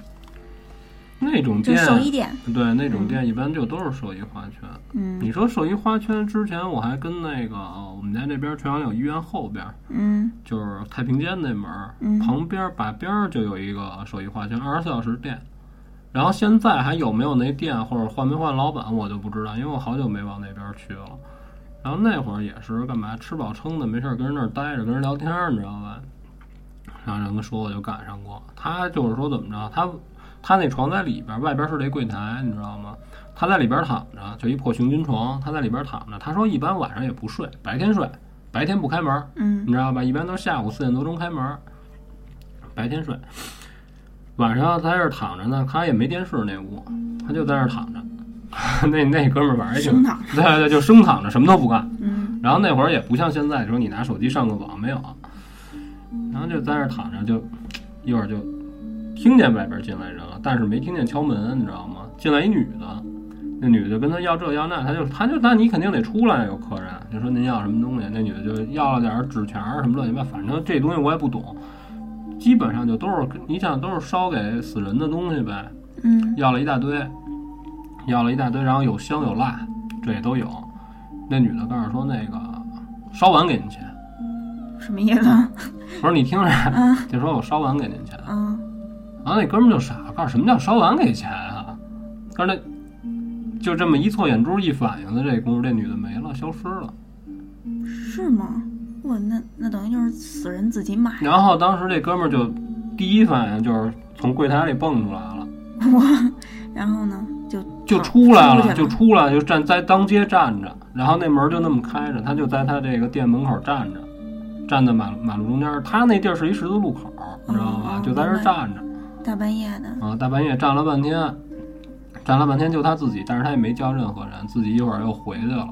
B: 那种
A: 就
B: 店
A: 是，兽医店。
B: 对那种店一般就都是兽医花圈。
A: 嗯
B: 你说兽医花圈之前，我还跟那个啊我们家那边朝阳柳医院后边，
A: 嗯
B: 就是太平间那门儿、
A: 嗯
B: 旁边儿把边儿就有一个手艺花圈，二十四小时店。然后现在还有没有那店，或者换没换老板，我就不知道，因为我好久没往那边儿去了。然后那会儿也是干嘛，吃饱撑的，没事儿跟人那儿待着，跟人聊天儿，你知道吧？然后人跟说我就赶上过，他就是说怎么着，他他那床在里边儿，外边儿是那柜台，你知道吗？他在里边儿躺着，就一破熊军床，他在里边儿躺着。他说一般晚上也不睡，白天睡，白天不开门儿，
A: 嗯
B: 你知道吧？一般都是下午四点多钟开门儿，白天睡，晚上在这儿躺着呢，他也没电视那屋，他就在那儿躺着。 那那哥们儿晚上也挺
A: 生躺，
B: 对对，就生躺着，什么都不干。
A: 嗯
B: 然后那会儿也不像现在，说你拿手机上个网没有，啊然后就在那儿躺着，就一会儿就听见外边进来人了，但是没听见敲门，你知道吗？进来一女的，那女的跟他要这要那，他就他就那你肯定得出来，有客人就说您要什么东西，那女的就要了点儿纸钱儿什么乱七八，反正这东西我也不懂，基本上就都是你想都是烧给死人的东西呗，
A: 嗯
B: 要了一大堆，要了一大堆，然后有香有辣，这也都有。那女的告诉说那个烧完给您钱，
A: 什么意思？
B: 我说你听
A: 嗯
B: 着，就说我烧完给您钱。
A: 嗯
B: 然后那哥们儿就傻了，告诉什么叫烧完给钱啊？告诉那就这么一错眼珠一反应的这功夫，这女的没了，消失了。
A: 是吗？我那那等于就是死人自己买。
B: 然后当时这哥们儿就第一反应就是从柜台里蹦出来了。
A: 然后呢，就
B: 就
A: 跑
B: 出来了，
A: 嗯去
B: 就出来，就站在当街站着，然后那门就那么开着，他就在他这个店门口站着，站在马路马路中间儿，他那地儿是一十字路口，你知道吗
A: 哦？
B: 就在这儿
A: 明白
B: 站着
A: 大半夜的，
B: 啊，大半夜站了半天，站了半天就他自己，但是他也没叫任何人，自己一会儿又回去了。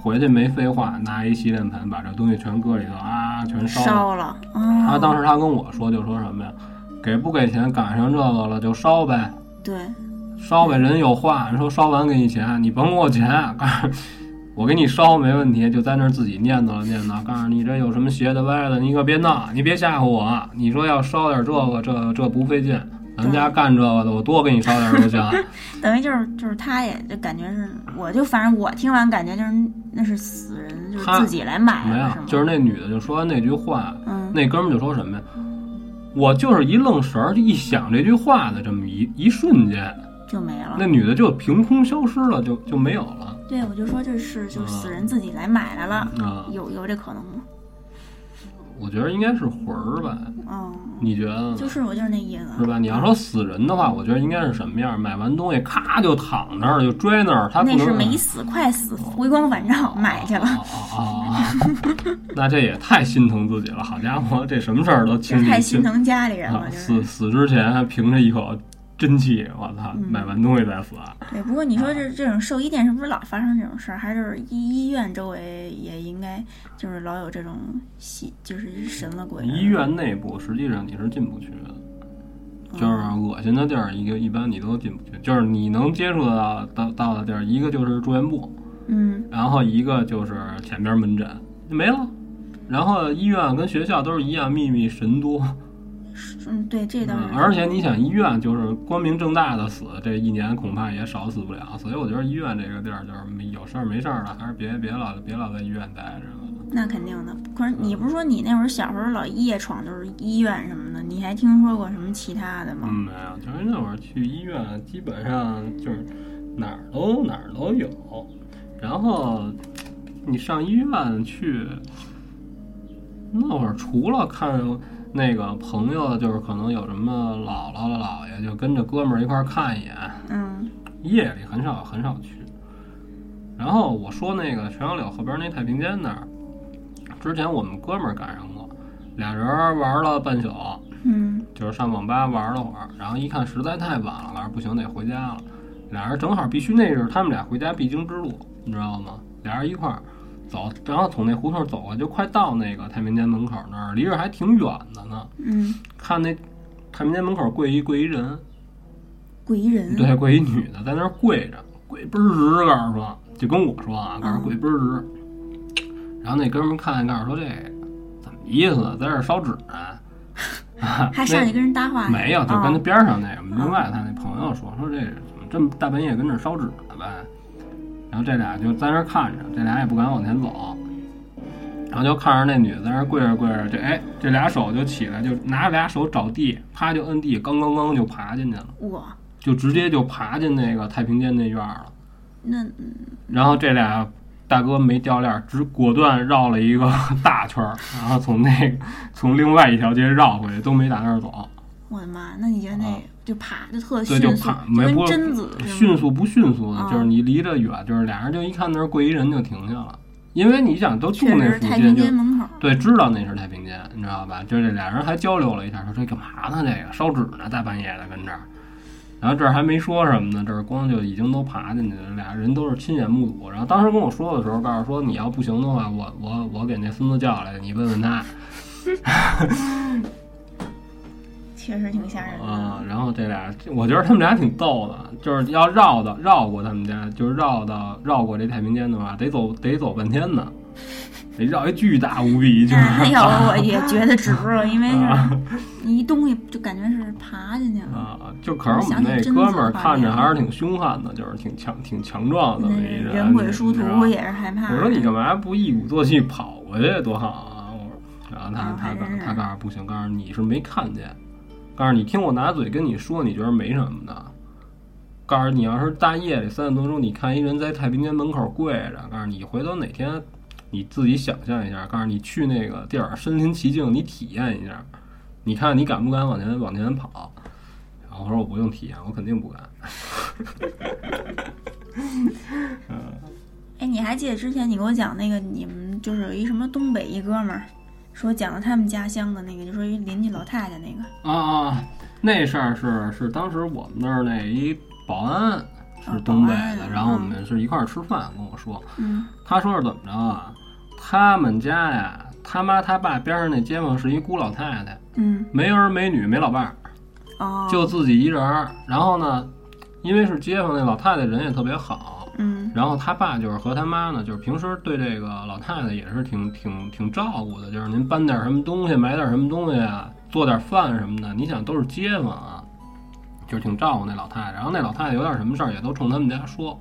B: 回去没废话，拿一洗脸盆把这东西全搁里头啊，全烧了。
A: 烧了。哦，
B: 他当时他跟我说，就说什么呀？给不给钱赶上这个了就烧呗，
A: 对，
B: 烧呗，人有话，说烧完给你钱，你甭给我钱，啊 告诉我给你烧没问题，就在那儿自己念叨了念叨，告诉你这有什么邪的歪的，你可别闹，你别吓唬我，啊你说要烧点这个，这这不费劲，咱家干这个的，我多给啊你烧点都行。
A: 等于就是就是他也就感觉是，我就反正我听完感觉就是那是死人，就是
B: 他
A: 自己来买
B: 没
A: 了，
B: 有
A: 是，吗？
B: 就是那女的就说完那句话，
A: 嗯，
B: 那哥们儿就说什么呀？我就是一愣神儿，一想这句话的这么一一瞬间，
A: 就没了
B: 那。女的就凭空消失了，就就没有了
A: 对，我就说这是就是
B: 啊
A: 死人自己来买来了，
B: 啊、
A: 有有这可能吗？
B: 我觉得应该是魂儿吧，
A: 嗯，
B: 你觉得呢？
A: 就是我就是那意思。
B: 是吧？你要说死人的话，我觉得应该是什么样？买完东西咔就躺那儿，就追那儿，他不
A: 那
B: 能
A: 是没死，快死，回光返照，买去了，
B: 哦哦哦，哦那这也太心疼自己了。好家伙，这什么事儿都
A: 就
B: 亲
A: 太
B: 力
A: 心
B: 亲
A: 疼家里人
B: 啊
A: 了，！就是
B: 死。死之前还凭着一口真气，我操！
A: 嗯
B: 买完东西再死，啊
A: 对，不过你说这这种兽医店是不是老发生这种事儿？还是医医院周围也应该就是老有这种戏，就是神了鬼了。
B: 医院内部实际上你是进不去的，
A: 嗯
B: 就是啊恶心的地儿，一个一般你都进不去。就是你能接触到到到的地儿，一个就是住院部，
A: 嗯，
B: 然后一个就是前边门诊，没了。然后医院跟学校都是一样，秘密神多。
A: 是嗯，对，这倒
B: 嗯
A: 是。，
B: 而且你想，医院就是光明正大的死，这一年恐怕也少死不了。所以我觉得医院这个地儿就是没有事儿没事儿了，还是别别老别老在医院待着了。
A: 那肯定的。可
B: 嗯
A: 是你不是说你那会儿小时候老夜闯就是医院什么的，你还听说过什么其他的吗？
B: 嗯，没有，就是那会儿去医院，基本上就是哪儿都哪儿都有。然后你上医院去，那会儿除了看那个朋友，就是可能有什么姥姥了姥爷，就跟着哥们儿一块儿看一眼。
A: 嗯
B: 夜里很少很少去。然后我说那个垂杨柳后边那太平间那儿，之前我们哥们儿赶上过，俩人玩了半宿，
A: 嗯
B: 就是上网吧玩了会儿，然后一看实在太晚了，俩人不行得回家了。俩人正好必须那是他们俩回家必经之路，你知道吗？俩人一块儿走，然后从那胡同走过去，就快到那个太平间门口那儿，离这儿还挺远的呢。
A: 嗯，
B: 看那太平间门口跪一跪一人，
A: 鬼人。
B: 对，跪一女的在那儿跪着，跪倍儿直，告诉说，就跟我说啊，告诉跪倍儿直。然后那哥们儿看，告诉说这怎么意思，在这儿烧纸呢、啊
A: 还上去跟人搭话
B: 那
A: 去
B: 没有，就跟
A: 哦
B: 他边儿上那个，另外他那朋友说说这怎么这么大半夜跟这儿烧纸呢呗？然后这俩就在那儿看着，这俩也不敢往前走，然后就看着那女的在那儿跪着跪着，这哎这俩手就起来，就拿着俩手找地，啪就摁地，刚刚刚就爬进去了。
A: 我
B: 就直接就爬进那个太平间那院儿了。
A: 那
B: 然后这俩大哥没掉链儿，只果断绕了一个 大圈儿，然后从那个从另外一条街绕回去，都没打那儿走。
A: 我的妈！那你觉得那就爬就 特迅
B: 对
A: 速，
B: 就爬没
A: 跟
B: 不是
A: 贞子似的
B: 迅速不迅速的
A: 啊，
B: 就是你离着远，就是俩人就一看那儿跪一人就停下了，因为你想都住
A: 确
B: 那
A: 实是
B: 附
A: 太
B: 近
A: 平
B: 就。
A: 间门口。
B: 对，知道那是太平间，你知道吧？就这俩人还交流了一下，说这干嘛呢？这个烧纸呢，大半夜的跟这儿。然后这儿还没说什么呢，这儿光就已经都爬进去了，俩人都是亲眼目睹。然后当时跟我说的时候，告诉说你要不行的话，我我我给那孙子叫来，你问问他。
A: 确实挺吓人
B: 啊、
A: 的。
B: 然后这俩，我觉得他们俩挺逗的，就是要绕的绕过他们家，就是绕到绕过这太平间的话，得走得走半天呢，得绕一巨大无 比，就是
A: 那要不我也觉得
B: 啊
A: 值了，因为就是你一东西就感觉是爬进去了。
B: 啊，就可是我们那哥们儿看着还是挺凶悍的，就是挺强、挺强壮的
A: 那
B: 一人。
A: 人鬼殊
B: 你知道
A: 途
B: 吗
A: 也是害怕的。
B: 我说你干嘛不一鼓作气跑过去多好啊？我说，然后他
A: 嗯
B: 他
A: 还真是
B: 他告诉不行，告诉你是没看见，告诉你听我拿嘴跟你说，你觉得没什么的。告诉你要是大夜里三点多钟，你看一人在太平间门口跪着，告诉你回头哪天你自己想象一下，告诉你去那个地儿身临其境，你体验一下，你看你敢不敢往前往前跑？然后我说我不用体验，我肯定不敢。
A: 哎，你还记得之前你给我讲那个你们嗯，就是有一什么东北一哥们儿说讲了他们家乡的那个，就说一邻居老太太那个，
B: 啊啊，那事儿是是当时我们那儿那一保安是东北
A: 保安
B: 的，
A: 啊
B: 然后我们是一块儿吃饭，跟我说，
A: 嗯
B: 他说是怎么着啊？他们家呀，他妈他爸边上那街坊是一孤老太太，
A: 嗯
B: 没儿没女没老伴儿，
A: 哦，
B: 就自己一人儿。然后呢，因为是街坊那老太太人也特别好，
A: 嗯
B: 然后他爸就是和他妈呢，就是平时对这个老太太也是挺挺挺照顾的，就是您搬点什么东西，买点什么东西啊，做点饭什么的，你想都是街坊啊，就是挺照顾那老太太。然后那老太太有点什么事儿也都冲他们家说，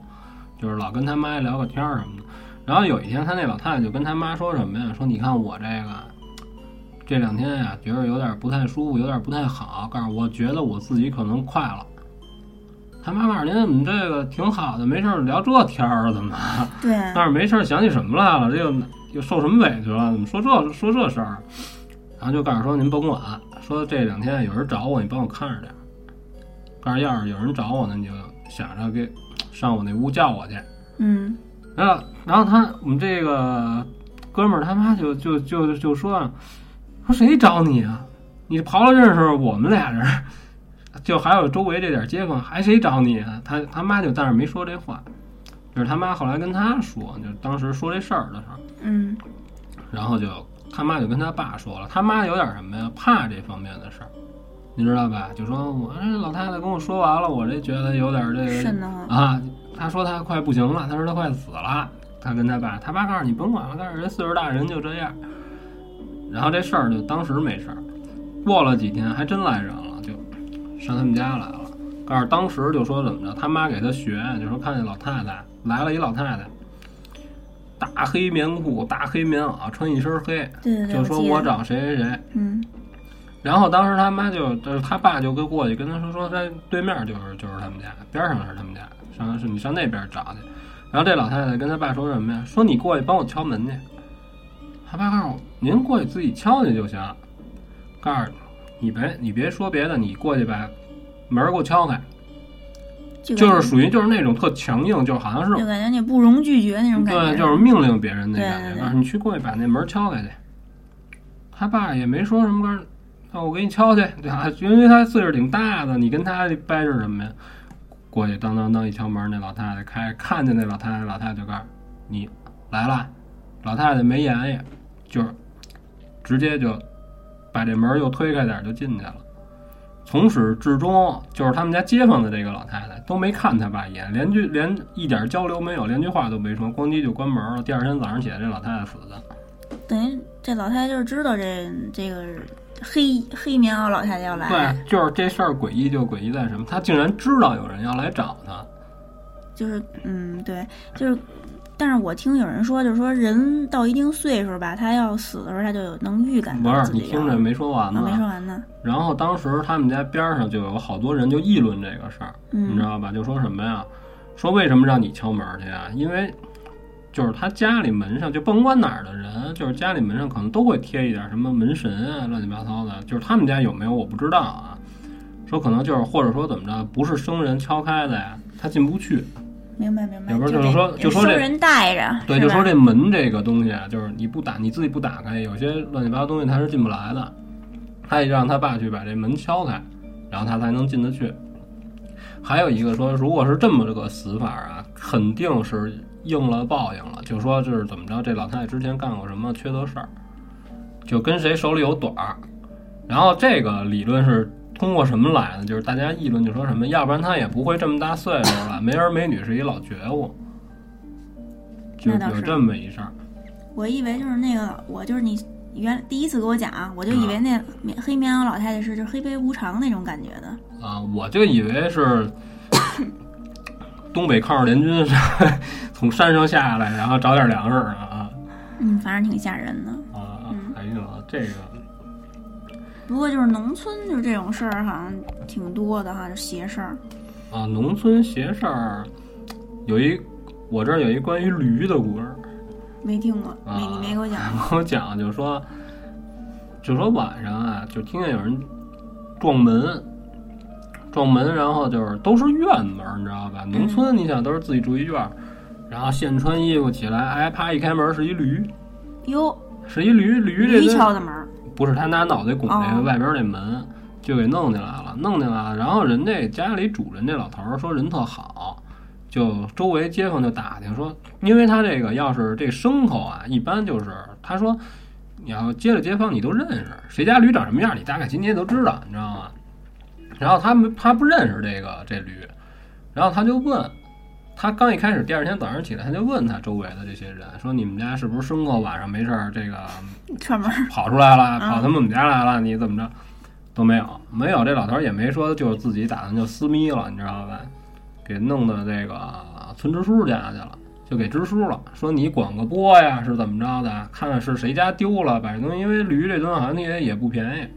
B: 就是老跟他妈聊个天儿什么的。然后有一天，他那老太太就跟他妈说什么呀？说你看我这个这两天呀、觉得有点不太舒服，有点不太好，告诉我觉得我自己可能快了。他妈告诉您，你们这个挺好的，没事儿聊这天儿怎么？
A: 对，
B: 但是没事儿想起什么来了，这又又受什么委屈了？怎么说这说这事儿？然后就告诉说您甭管，说这两天有人找我，你帮我看着点儿。告诉要是有人找我呢，你就想着给上我那屋叫我去。
A: 嗯
B: 然后，然后他我们这个哥们儿他妈就就就就说说谁找你啊？你刨了认识我们俩人儿，就还有周围这点街坊，还谁找你啊？他他妈就但是没说这话，就是他妈后来跟他说，就当时说这事儿的时候，
A: 嗯
B: 然后就他妈就跟他爸说了，他妈有点什么呀，怕这方面的事儿，你知道吧？就说我这老太太跟我说完了，我这觉得有点这个
A: 瘆得慌，
B: 啊，他说他快不行了，他说他快死了。他跟他爸，他爸告诉你甭管了，告诉人岁数大人就这样。然后这事儿就当时没事儿，过了几天还真来人了，就上他们家来了。告诉当时就说怎么着，他妈给他学，就说看见老太太来了一老太太，大黑棉裤、大黑棉袄，穿一身黑，
A: 对对对，
B: 就说
A: 记得
B: 我找谁谁谁。
A: 嗯
B: 然后当时他妈就，就是他爸就跟过去跟他说说，在对面就是就是他们家，边上是他们家，上是你上那边找去。然后这老太太跟他爸说什么呀？说你过去帮我敲门去。他爸告诉我，您过去自己敲去就行。告诉你，你别你别说别的，你过去把门儿给我敲开，
A: 就感
B: 就
A: 觉
B: 是属于就是那种特强硬，就是好像是
A: 就感觉你不容拒绝那种感觉，
B: 对，就是命令别人那
A: 对
B: 感觉。啊
A: 对对
B: 告诉你去过去把那门敲开去。他爸也没说什么歌，那我给你敲去，对啊，因为他岁数挺大的，你跟他掰扯什么呀？过去当当当一敲门，那老太太开看见那老太太，老太太就告诉你来了。老太太没言语，就是直接就把这门又推开点儿就进去了。从始至终，就是他们家街坊的这个老太太都没看他爸一眼，连句连一点交流没有，连句话都没说，咣叽就关门了。第二天早上起来，这老太太死的。
A: 等于这老太太就是知道这这个黑黑棉袄老太太要来，
B: 对，就是这事儿诡异就诡异在什么，她竟然知道有人要来找她。
A: 就是嗯对，就是。但是我听有人说，就是说人到一定岁数吧，他要死的时候，他就能预感
B: 不
A: 到
B: 是，
A: 哎自
B: 你
A: 己要
B: 听着没说完
A: 啊，没
B: 呢。
A: 说完呢，
B: 然后当时他们家边上就有好多人就议论这个事儿，你
A: 嗯
B: 知道吧？就说什么呀？说为什么让你敲门去啊？因为就是他家里门上，就甭管哪儿的人，就是家里门上可能都会贴一点什么门神啊，乱七八糟的。就是他们家有没有我不知道啊。说可能就是或者说怎么着，不是生人敲开的呀，他进不去。
A: 明白明白，
B: 要不然
A: 就
B: 就是说
A: 这
B: 就说
A: 有
B: 这
A: 生人带着，
B: 对，
A: 是
B: 就
A: 吧
B: 说这门这个东西啊，就是你不打你自己不打开，有些乱七八糟东西它是进不来的。他也让他爸去把这门敲开，然后他才能进得去。还有一个说，如果是这么这个死法啊，肯定是应了报应了。就说就是怎么着，这老太太之前干过什么缺德事儿，就跟谁手里有短儿。然后这个理论是通过什么来的？就是大家议论就说什么，要不然他也不会这么大岁数了，没儿没女是一老觉悟，就
A: 那倒
B: 有
A: 是
B: 这么一事儿。
A: 我以为就是那个，我就是你原第一次给我讲啊，我就以为那棉黑棉袄老太太是就是黑白无常那种感觉的，
B: 啊，我就以为是东北抗日联军是从山上下来，然后找点粮食啊
A: 嗯，反正挺吓人的。
B: 啊啊！
A: 嗯
B: 哎呀，这个
A: 不过就是农村就是这种事儿，好像挺多的哈，就邪事儿。
B: 啊，农村邪事儿有一，我这儿有一关于驴的故事，
A: 没听过，
B: 啊
A: 没你没给我讲。
B: 我讲就说，就说晚上啊，就听见有人撞门。撞门，然后就是都是院门，你知道吧？农
A: 嗯
B: 村你想都是自己住一院儿，然后现穿衣服起来，哎，啪一开门是一驴，
A: 哟，
B: 是一驴驴这
A: 驴
B: 东
A: 敲
B: 西
A: 的门儿，
B: 不是他拿脑袋拱那个
A: 哦
B: 外边那门，就给弄进来了，弄进来了。然后人家家里主人这老头儿说人特好，就周围街坊就打听说，因为他这个要是这牲口啊，一般就是他说你要街了街坊你都认识，谁家驴长什么样你大概今天都知道，你知道吗？然后他们他不认识这个这驴，然后他就问，他刚一开始第二天早上起来他就问他周围的这些人说你们家是不是牲口晚上没事儿这个
A: 串门儿，
B: 跑出来了，
A: 嗯
B: 跑他们我们家来了，你怎么着都没有，没有这老头儿也没说，就是自己打算就私密了，你知道吧？给弄到这个村支书家去了，就给支书了，说你管个播呀，是怎么着的？看看是谁家丢了，把这东西，因为驴这东西好像也也不便宜。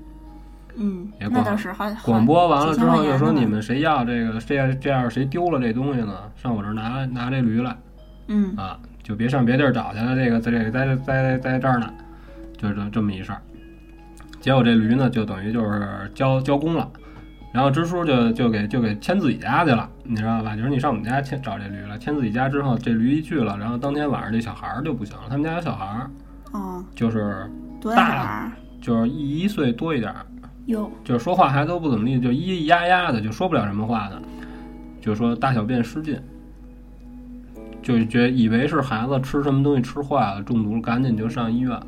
A: 嗯，
B: 也
A: 那
B: 广
A: 倒是好，好
B: 广播完了之后就说，
A: 几千块
B: 你
A: 钱呢
B: 们谁要这个，这样这样谁丢了这东西呢？上我这儿拿拿这驴来。
A: 嗯
B: 啊，就别上别地儿找去了，这个在这个在在在这儿呢，就是这这么一事儿。结果这驴呢，就等于就是交交工了，然后支书就就给就给迁自己家去了，你知道吧？就是你上我们家迁找这驴了，迁自己家之后，这驴一去了，然后当天晚上这小孩儿就不行了，他们家有小孩儿，
A: 哦，
B: 就是
A: 多
B: 大
A: 大点儿？
B: 就是一一岁多一点儿，
A: 哟，
B: 就是说话还都不怎么地，就咿咿呀呀的，就说不了什么话的，就说大小便失禁，就觉以为是孩子吃什么东西吃坏了中毒了，赶紧就上医院，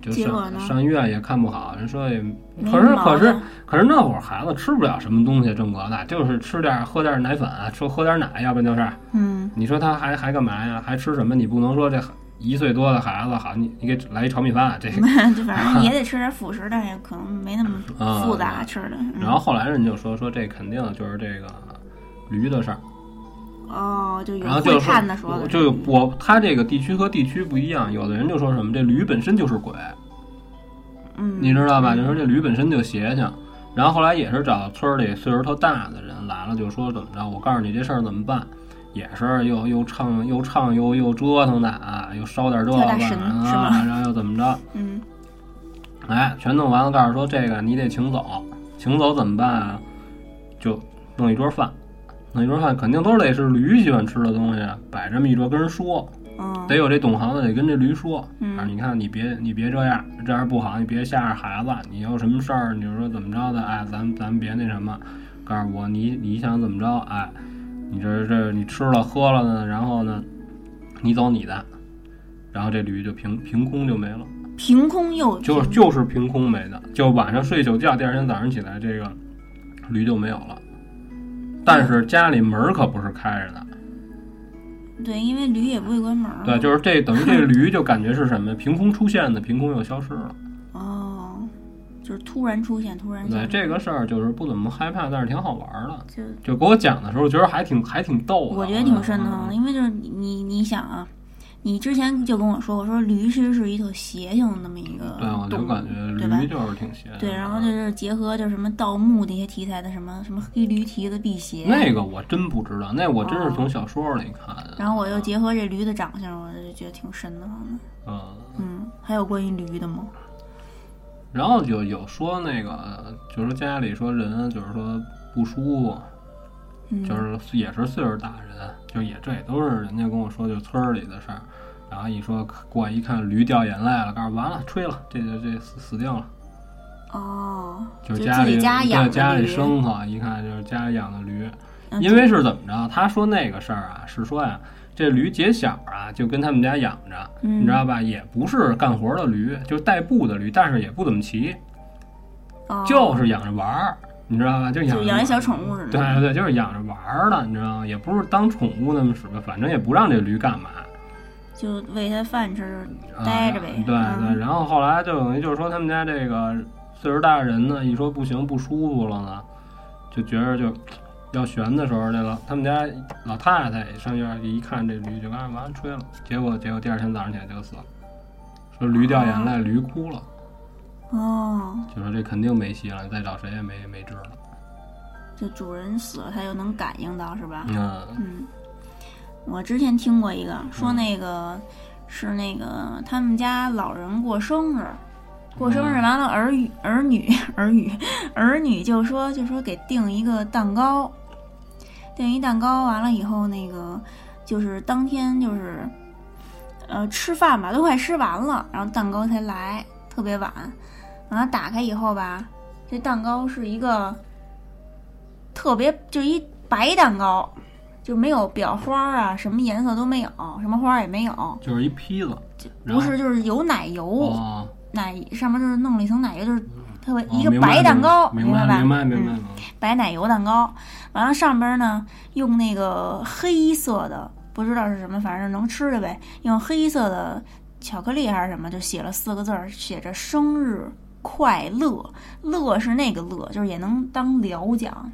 B: 就就
A: 结果
B: 上
A: 呢
B: 上医院也看不好，人说也，
A: 没
B: 可是
A: 毛
B: 可是
A: 病
B: 可是那会儿孩子吃不了什么东西，正格的，就是吃点儿喝点儿奶粉，啊说喝点儿奶，要不然就是
A: 嗯，
B: 你说他还还干嘛呀？还吃什么？你不能说这一岁多的孩子好，你你给来一炒米饭，啊这个
A: 就反正也得吃点辅食，但是可能没那么
B: 啊
A: 复杂吃的。嗯
B: 然后后来人就说说这肯定就是这个驴的事儿，
A: 哦，就
B: 然后
A: 有
B: 就
A: 会
B: 是
A: 看的说的是，
B: 就有我他这个地区和地区不一样，有的人就说什么这驴本身就是鬼，
A: 嗯，
B: 你知道吧？就说这驴本身就邪性。然后后来也是找村儿里岁数特大的人来了，就说怎么着，我告诉你这事儿怎么办，也是又又唱又唱又又折腾的啊，又烧点这个
A: 跳大神是
B: 啊
A: 吗，
B: 然后又怎么着，
A: 嗯
B: 哎，全弄完了，告诉说这个你得请走，请走怎么办啊？就弄一桌饭，弄一桌饭肯定都是得是驴喜欢吃的东西，啊摆这么一桌跟人说，
A: 嗯
B: 得有这懂行的得跟这驴说，啊，
A: 嗯
B: 你看你别你别这样，这样不好，你别吓着孩子，你有什么事儿你就说怎么着的，哎，咱咱们别那什么，告诉我你你想怎么着，哎，你这这你吃了喝了呢，然后呢，你走你的，然后这驴就凭凭空就没了。
A: 凭空又
B: 就
A: 凭
B: 就是凭空没的，就晚上睡一宿觉，第二天早上起来，这个驴就没有了。但是家里门儿可不是开着的，
A: 嗯对，因为驴也不会关门儿嘛。
B: 对，就是 这等于这驴就感觉是什么，凭空出现的，凭空又消失了。
A: 哦，就是突然出现，突然消
B: 对
A: 失。
B: 这个事儿就是不怎么害怕，但是挺好玩儿的。
A: 就
B: 就给我讲的时候，觉得还挺还挺逗的，啊嗯
A: 我觉得挺瘆得慌的，因为就是你你你想啊，你之前就跟我说，我说驴其实是一特邪性的那么一个
B: 嗯对，我就
A: 动
B: 感
A: 物。
B: 觉
A: 对吧
B: 驴就是挺邪的。
A: 对，然后就是结合就是什么盗墓那些题材的什么什么黑驴蹄子辟邪，
B: 那个我真不知道，那我真是
A: 哦
B: 从小说里看的。
A: 然后我又结合这驴的长相，我就觉得挺瘆得慌的。
B: 嗯。
A: 嗯，还有关于驴的吗？
B: 然后就有说那个，就说家里说人就是说不舒服，
A: 嗯，
B: 就是也是岁数大人，就也这也都是人家跟我说就村儿里的事儿。然后一说过来一看驴掉眼泪了，告诉完了吹了，这就这死死定了，
A: 哦，
B: 就
A: 就是自
B: 里
A: 己家养
B: 对
A: 的
B: 家里
A: 驴，
B: 牲口，一看就是家里养的驴。
A: 嗯
B: 因为是怎么着？他说那个事儿啊，是说呀、这驴解小啊，就跟他们家养着，
A: 嗯
B: 你知道吧？也不是干活的驴，就是代步的驴，但是也不怎么骑，
A: 哦
B: 就是养着玩儿，你知道吧？就养
A: 就
B: 着
A: 养一小宠物似的。
B: 对对对，就是养着玩儿的，你知道吗？也不是当宠物那么使吧，反正也不让这驴干嘛，
A: 就喂它饭吃，
B: 啊
A: 待着呗
B: 对对，
A: 嗯
B: 然后后来就等于就是说他们家这个岁数大的人呢，一说不行不舒服了呢，就觉着就要悬的时候，这老他们家老太太上院一看这驴就啊完了吹了，结果结果第二天早上起来就死了，说驴掉眼泪，驴哭了，
A: 哦，
B: 就说这肯定没戏了，再找谁也没没辙了。
A: 就主人死了，它又能感应到是吧？
B: 嗯
A: 嗯，我之前听过一个说那个、是那个他们家老人过生日，过生日
B: 嗯
A: 完了儿女儿女儿女儿女就说就说给订一个蛋糕，订一蛋糕完了以后那个就是当天就是。呃，吃饭吧，都快吃完了，然后蛋糕才来，特别晚。然后打开以后吧，这蛋糕是一个特别就一白蛋糕，就没有裱花啊，什么颜色都没有，什么花儿也没有，
B: 就是一坯子，然
A: 不
B: 后
A: 是就是有奶油，
B: 哦，
A: 奶上面就是弄了一层奶油，就是特别、
B: 哦
A: 一个
B: 明白
A: 白
B: 了
A: 蛋糕，
B: 明白
A: 吧？
B: 明白明白
A: 嗯
B: 了，
A: 白奶油蛋糕，完了上边呢用那个黑色的，不知道是什么，反正能吃的呗，用黑色的巧克力还是什么，就写了四个字儿，写着“生日快乐”，乐是那个乐，就是也能当了讲，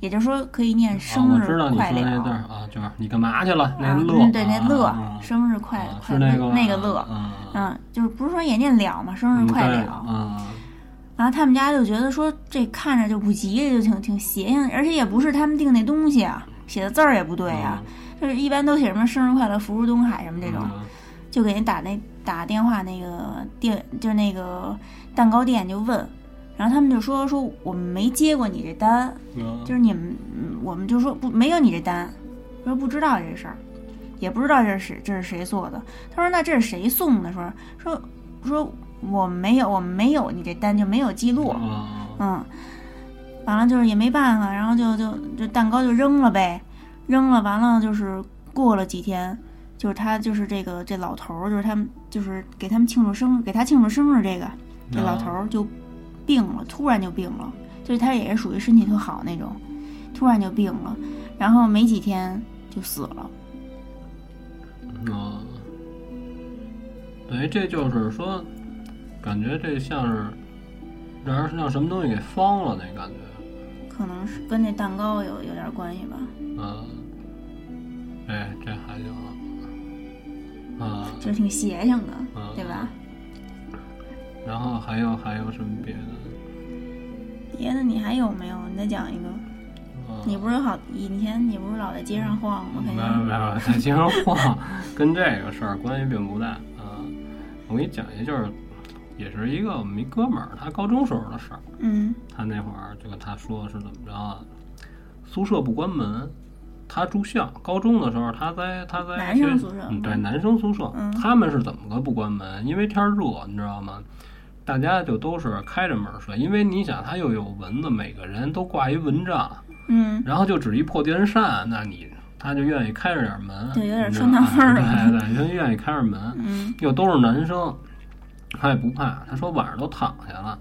A: 也就是说可以念“
B: 哦
A: 生
B: 我
A: 日
B: 知道你
A: 快
B: 说
A: 乐”
B: 那字儿啊，就是你干嘛去了？那
A: 啊
B: 乐，
A: 嗯对，那乐，
B: 啊
A: 生日快、
B: 啊
A: 快
B: 是
A: 乐
B: 那个
A: 那个乐，
B: 啊
A: 嗯，就是不是说也念了嘛，生日快乐。
B: 嗯啊，
A: 然后他们家就觉得说这看着就不吉利，就挺挺邪性，而且也不是他们订那东西啊，写的字儿也不对啊，就是一般都写什么生日快乐、福如东海什么这种，
B: 嗯
A: 就给人打那打电话那个店，就是那个蛋糕店就问，然后他们就说说我们没接过你这单，
B: 嗯
A: 就是你们嗯我们就说不没有你这单，说不知道这事儿，也不知道这是谁这是谁做的。他说那这是谁送的？说说说我没有我们没有你这单就没有记录。
B: 啊
A: 嗯，完了就是也没办法，然后就就就蛋糕就扔了呗，扔了完了就是过了几天，就是他就是这个这老头儿，就是他们就是给他们庆祝生日，给他庆祝生日这个这老头儿就病了，突然就病了，就是他也是属于身体特好那种，突然就病了，然后没几天就死了。
B: 啊，等于哎这就是说，感觉这像是让人让什么东西给方了那感觉，
A: 可能是跟这蛋糕有有点关系吧，
B: 嗯，哎，这还行啊，啊，
A: 就挺邪性的，
B: 嗯
A: 对吧？
B: 然后还有还有什么别的？
A: 别的你还有没有？你再讲一个。
B: 啊
A: 你不是好以前你不是老在街上晃吗？肯
B: 没
A: 定
B: 有 没有，在街上晃，跟这个事儿关系并不大啊。我给你讲一，就是也是一个我们一哥们儿，他高中时候的事儿。
A: 嗯
B: 他那会儿就跟他说是怎么着啊，宿舍不关门，他住校。高中的时候，他在他在
A: 男生
B: 学
A: 宿舍
B: 嗯，对，男生宿舍，
A: 嗯
B: 他们是怎么个不关门？因为天儿热，你知道吗？大家就都是开着门睡，因为你想，他又有蚊子，每个人都挂一蚊帐，
A: 嗯，
B: 然后就只一破电扇，那你他就愿意开着点门，
A: 对有点
B: 你知道吗
A: 穿堂味儿了
B: 对对，人愿意开着门，
A: 嗯，
B: 又都是男生，他也不怕。他说晚上都躺下了，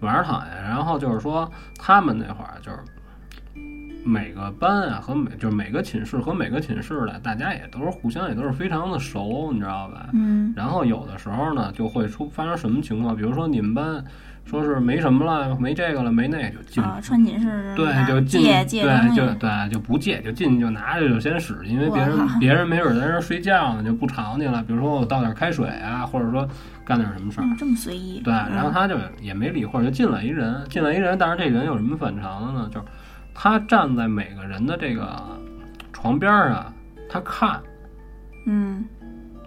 B: 晚上躺下，然后就是说他们那会儿就是每个班啊和每就是每个寝室和每个寝室的，大家也都是互相也都是非常的熟，你知道吧？
A: 嗯
B: 然后有的时候呢，就会出发生什么情况，比如说你们班说是没什么了，没这个了，没那个就进
A: 啊，穿紧是
B: 对，就进，
A: 借借
B: 对，
A: 东
B: 就
A: 西，
B: 对，就不借，就进就拿着就先使，因为别
A: 我
B: 人
A: 靠
B: 别人没准在那儿睡觉呢，就不吵你了。比如说我倒点开水啊，或者说干点什么事儿。
A: 嗯，这么随意，
B: 对，然后他就也没理会，就进来一人，进来一人，但是这人有什么反常的呢？就是他站在每个人的这个床边儿啊，他看，
A: 嗯，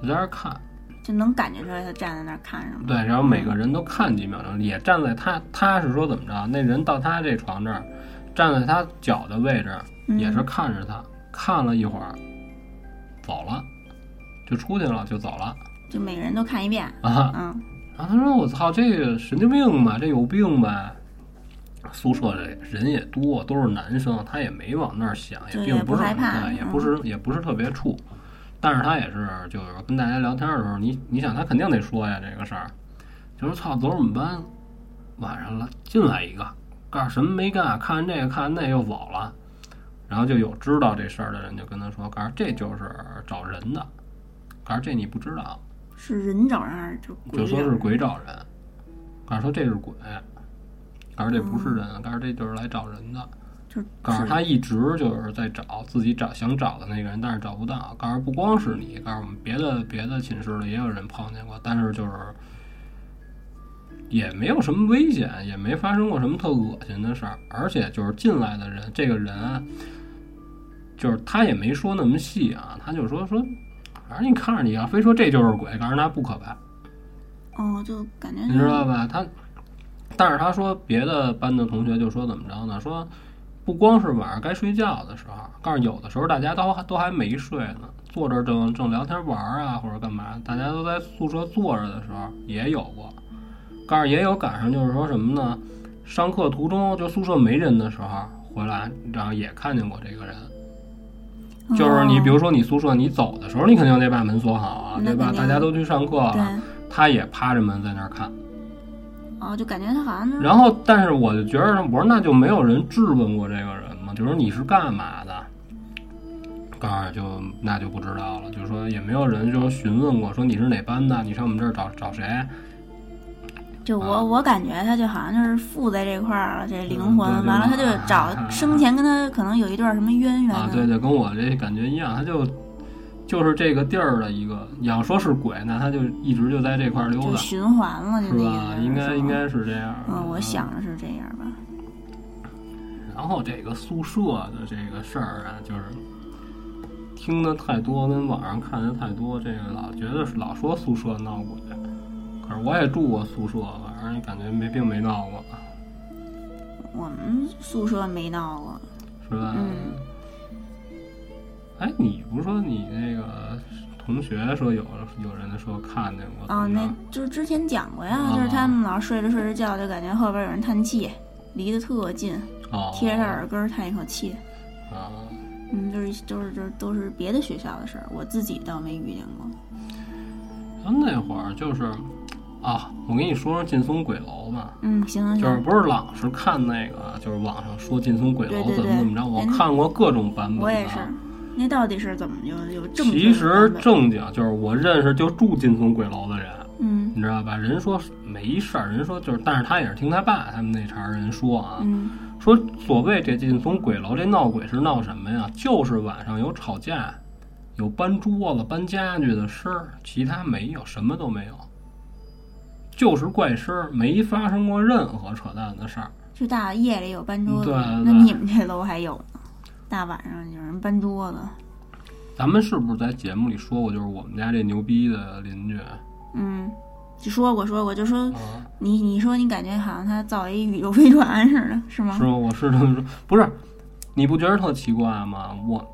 B: 就在那儿看，
A: 就能感觉出来他站在那儿看着嘛，
B: 对，然后每
A: 嗯
B: 个人都看几秒钟，也站在他，他是说怎么着？那人到他这床这儿，站在他脚的位置，
A: 嗯
B: 也是看着他，看了一会儿，走了，就出去了，就走了
A: 就每个人都看一遍，
B: 啊。
A: 嗯
B: 然后他说：“我操，这个神经病吧，这有病吧。”宿舍里人也多，都是男生，他也没往那儿想，
A: 对
B: 并
A: 也不
B: 是
A: 害怕
B: 对，也
A: 嗯
B: 不是也不是特别怵，但是他也是就是跟大家聊天的时候，你你想他肯定得说呀这个事儿，就是操，昨儿我们班晚上了进来一个，干什么没干，看完这个看完那又走了，然后就有知道这事儿的人就跟他说，告诉这就是找人的，告诉这你不知道，
A: 是人找人还是就鬼
B: 就
A: 找
B: 说是
A: 人？
B: 鬼找人，告诉说这是鬼，告诉这不是人，告诉这就是来找人的，
A: 就
B: 告
A: 嗯
B: 诉
A: 是
B: 他一直就是在找自己找想找的那个人，但是找不到。告诉不光是你，告诉我们别的别的寝室里也有人碰见过，但是就是也没有什么危险，也没发生过什么特恶心的事儿，而且就是进来的人，这个人啊就是他也没说那么细啊，他就说说。反正你看着你啊，非说这就是鬼，告诉他不可怕，
A: 哦，就感觉
B: 你知道吧？他，但是他说别的班的同学就说怎么着呢？说不不光是晚上该睡觉的时候，告诉有的时候大家都都还没睡呢，坐这儿正正聊天玩儿啊，或者干嘛，大家都在宿舍坐着的时候也有过。告诉也有赶上就是说什么呢？上课途中就宿舍没人的时候回来，然后也看见过这个人。
A: 哦
B: 就是你，比如说你宿舍你走的时候，你肯定得把门锁好啊，
A: 那
B: 对吧？
A: 肯定
B: 大家都去上课
A: 哦对
B: 了，，他也趴着门在那儿看。
A: 哦，就感觉他好像是
B: 然后，但是我就觉得，我说那就没有人质问过这个人嘛，就说你是干嘛的？告诉就那就不知道了，就说也没有人就询问过，说你是哪班的，你上我们这儿找找谁？
A: 就我、
B: 啊
A: 我感觉他就好像就是附在这块儿了，这灵魂
B: 嗯对对
A: 完了他就
B: 对
A: 找生前跟他可能有一段什么渊源的，
B: 啊，对对，跟我这感觉一样，他就就是这个地儿的一个，你要说是鬼，那他就一直就在这块儿溜
A: 就
B: 达，
A: 循环了，就是那
B: 吧？
A: 个
B: 应该应，
A: 是吗
B: 该是这样。啊
A: 嗯，我想的是这样吧，
B: 然后这个宿舍的这个事儿啊，就是听的太多，跟网上看的太多，这个老觉得是老说宿舍闹鬼，可是我也住过宿舍，反正感觉没并没闹过，
A: 我们宿舍没闹过，
B: 啊是吧？
A: 嗯
B: 哎，你不是说你那个同学说有有人说看见过
A: 哦，
B: 怎么着
A: 那就是之前讲过呀，
B: 啊
A: 就是他们老睡着睡着觉，就感觉后边有人叹气，离得特近，
B: 哦
A: 贴着他耳根儿叹一口气。
B: 啊。
A: 嗯，就是就是就是都是别的学校的事儿，我自己倒没遇见过。
B: 然后啊那会儿就是啊，我跟你说说劲松鬼楼吧。
A: 嗯，行行
B: 就是
A: 行，
B: 不是老是看那个，就是网上说劲松鬼楼
A: 对对
B: 怎么怎么着，
A: 对
B: 我
A: 嗯
B: 看过各种版本的。
A: 我也是。那到底是怎么有有正确
B: 嗯其
A: 的
B: 实
A: 版本
B: 正经就是我认识就住劲松鬼楼的人，
A: 嗯
B: 你知道吧？人说没事儿，人说就是，但是他也是听他爸他们那茬儿人说啊，
A: 嗯
B: 说所谓这劲松鬼楼这闹鬼是闹什么呀？就是晚上有吵架，有搬桌子、搬家具的声儿，其他没有，什么都没有，就是怪声儿，没发生过任何扯淡的事儿。
A: 就大夜里有搬桌子，
B: 嗯对对
A: 那你们这楼还有呢？大晚上有人搬桌子，
B: 咱们是不是在节目里说过，就是我们家这牛逼的邻居？
A: 嗯，就说过说过，就说
B: 啊，
A: 你你说你感觉好像他造一宇宙飞船似的，是吗
B: 是？吗？我是这么说，不是？你不觉得特奇怪吗？我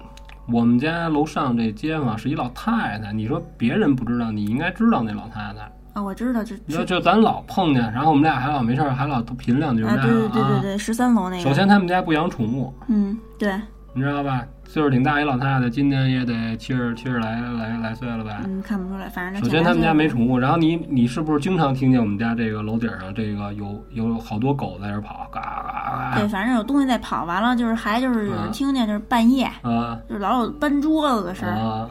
B: 我们家楼上这街坊啊是一老太太，你说别人不知道，你应该知道那老太太。
A: 啊，我知道，这
B: 你说就咱老碰见，然后我们俩还老没事儿，还老贫两句。我
A: 啊，
B: 们
A: 对对
B: 俩
A: 对对对，十三楼那
B: 啊
A: 个，
B: 首先他啊们家不养宠物，
A: 嗯，对，
B: 你知道吧？岁数挺大一老太太，今年也得七十七十来来来岁了吧？
A: 嗯，看不出来，反正
B: 首
A: 就
B: 先，他们家没
A: 出，
B: 宠物，然后你你是不是经常听见我们家这个楼顶上这个有有好多狗在这儿跑，嘎嘎嘎
A: 对，反正有东西在跑，完了就是还就是有
B: 啊
A: 人听见，就是半夜，
B: 啊
A: 就是老有搬桌子的声儿。
B: 啊！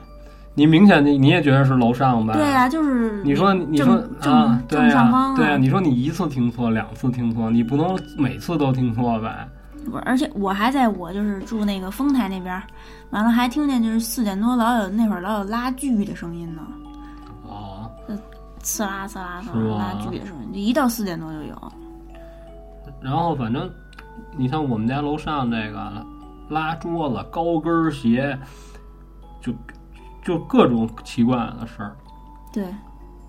B: 你明显你你也觉得是楼上吧？
A: 对呀、就是
B: 你说你说
A: 正
B: 啊，
A: 正
B: 对
A: 正上
B: 呀
A: 方，
B: 对呀，你说你一次听错，两次听错，你不能每次都听错吧？
A: 我而且我还在我就是住那个丰台那边儿，完了还听见就是四点多老有那会儿老有拉锯的声音呢，
B: 哦，
A: 刺啦刺啦刺
B: 是
A: 啦
B: 吗
A: 拉锯的声音，就一到四点多就有。
B: 然后反正你像我们家楼上这个拉桌子、高跟儿鞋，就就各种奇怪的事儿。
A: 对，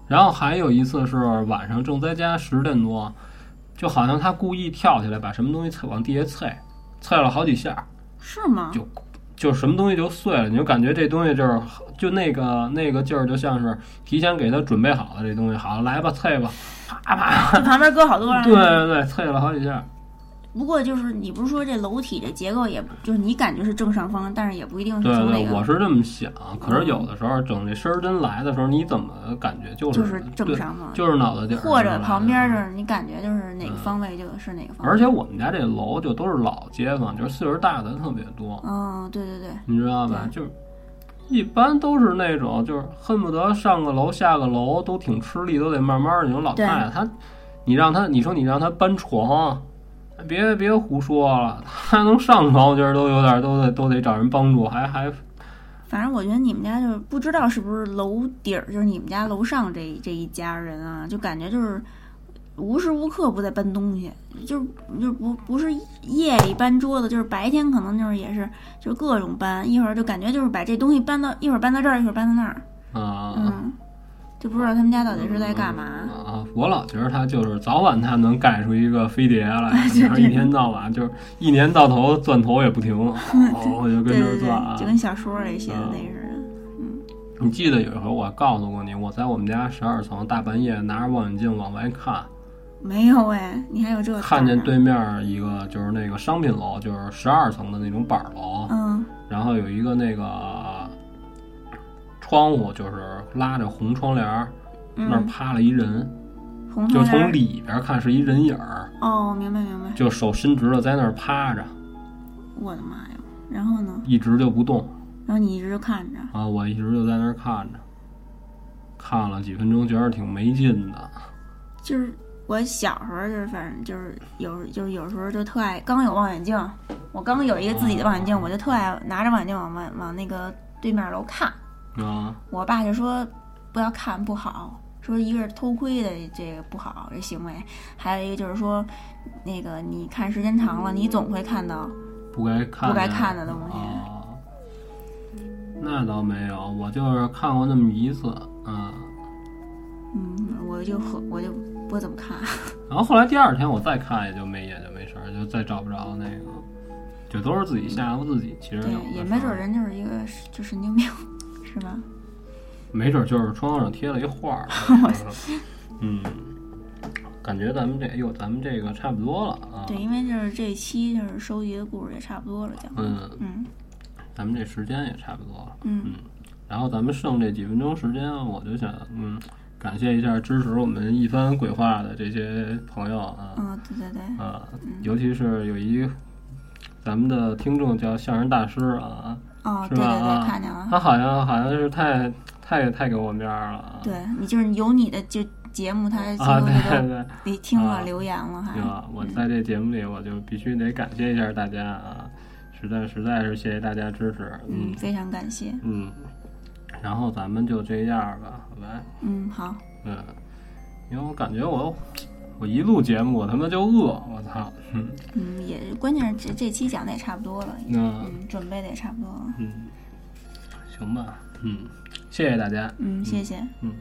B: 然后还有一次是晚上正在家十点多，就好像他故意跳起来把什么东西踩往地下踩，踩了好几下，
A: 是吗？
B: 就就什么东西就碎了，你就感觉这东西就是就那个那个劲儿，就像是提前给他准备好的这东西，好来吧，踩吧，啪啪，
A: 就旁边搁好多人。
B: 对对对，踩了好几下。
A: 不过就是你不是说这楼体这结构也，就是你感觉是正上方，但是也不一定是
B: 对
A: 从那
B: 对，
A: 个
B: 我是这么想，可是有的时候整这声儿真来的时候，你怎么感觉就
A: 就是是正上方，
B: 对，就是脑袋顶儿
A: 或
B: 上来
A: 者
B: 的
A: 旁边就是你感觉就是哪个方位就是哪个方位。
B: 而且我们家这楼就都是老街坊，就是岁数大的特别多，
A: 嗯，对对对，
B: 你知道吧？就是一般都是那种，就是恨不得上个楼下个楼都挺吃力，都得慢慢的。你说老太太她，你让她，你说你让她搬床，别别胡说了， 她能上床，我觉得都有点都得都得找人帮助，还还
A: 反正我觉得你们家就是不知道是不是楼顶儿，就是你们家楼上这一这一家人啊，就感觉就是无时无刻不在搬东西，就是就是不不是夜里搬桌子，就是白天可能就是也是就是各种搬，一会儿就感觉就是把这东西搬到一会儿搬到这儿，一会儿搬到那儿，
B: 啊。
A: 嗯，就不知道他们家到底是在干嘛。
B: 啊，我老觉得他就是早晚他能盖出一个飞碟来，
A: 对
B: 然后一天到晚就是一年到头钻头也不停，哦，就跟
A: 对对
B: 这儿
A: 对
B: 钻啊，
A: 就。跟小说里写的那似的。
B: 你记得有一回我告诉过你，我在我们家十二层大半夜拿着望远镜往外看，
A: 没有哎，你还有这？
B: 看见。对面一个就是那个商品楼，就是十二层的那种板楼，
A: 嗯
B: 然后有一个那个窗户，就是拉着红窗帘儿，那儿
A: 嗯，
B: 趴了一人，
A: 红
B: 就
A: 窗帘
B: 从
A: 儿。
B: 里边看是一人影儿，
A: 哦，明白明白。
B: 就手伸直了在那儿趴着，
A: 我的妈呀！然后呢？
B: 一直就不动
A: 然后你一直就看着。
B: 啊！我一直就在那儿看着，看了几分钟，觉得挺没劲的。
A: 就是我小时候就是反正就是有就是有时候就特爱刚有望远镜，我刚有一个自己的望远镜，我就特爱拿着望远镜往往往那个对面楼看。
B: 啊，
A: 我爸就说不要看不好，说一个是偷窥的这个不好这行为，还有一个就是说那个你看时间长了，你总会看到
B: 不该看
A: 不该看的东西。
B: 啊。那倒没有，我就是看过那么一次，嗯。
A: 嗯，我就和我就不怎么看。
B: 然后后来第二天我再看也就没也就没事儿，就再找不着那个，就都是自己吓唬自己。其实
A: 对
B: 有，的
A: 也
B: 时
A: 没
B: 候
A: 准人就是一个就神经病，是吧？
B: 没准就是窗上贴了一画儿。嗯，感觉咱们这，哎呦，咱们这个差不多了啊。
A: 对，因为就是这一期就是收集的故事也差不多了，讲。
B: 嗯，
A: 嗯
B: 咱们这时间也差不多了。
A: 嗯，
B: 然后咱们剩这几分钟时间，啊我就想，嗯，感谢一下支持我们一番鬼话的这些朋友啊
A: 嗯，对对对，
B: 啊，尤其是有一咱们的听众叫相声大师啊，
A: 哦，
B: 是
A: 对对
B: 吧啊
A: 对，看见了。
B: 他好像好像是太太太给我面儿了啊。
A: 对你就是有你的就节目，他最
B: 啊，
A: 后
B: 对
A: 就
B: 对
A: 都
B: 对。
A: 你听
B: 啊
A: 了留言了，还
B: 啊，我在这节目里，我就必须得感谢一下大家啊，实在实在是谢谢大家支持，
A: 嗯
B: 嗯，
A: 非常感谢。
B: 嗯，然后咱们就这样吧，好吧，
A: 嗯，好，
B: 嗯，因为我感觉我我一录节目我他妈就饿，我操， 嗯，
A: 嗯，也关键是这这期讲的也差不多了，
B: 那
A: 嗯，准备的也差不多了，
B: 嗯，行吧，嗯，谢谢大家，
A: 嗯，谢谢，
B: 嗯，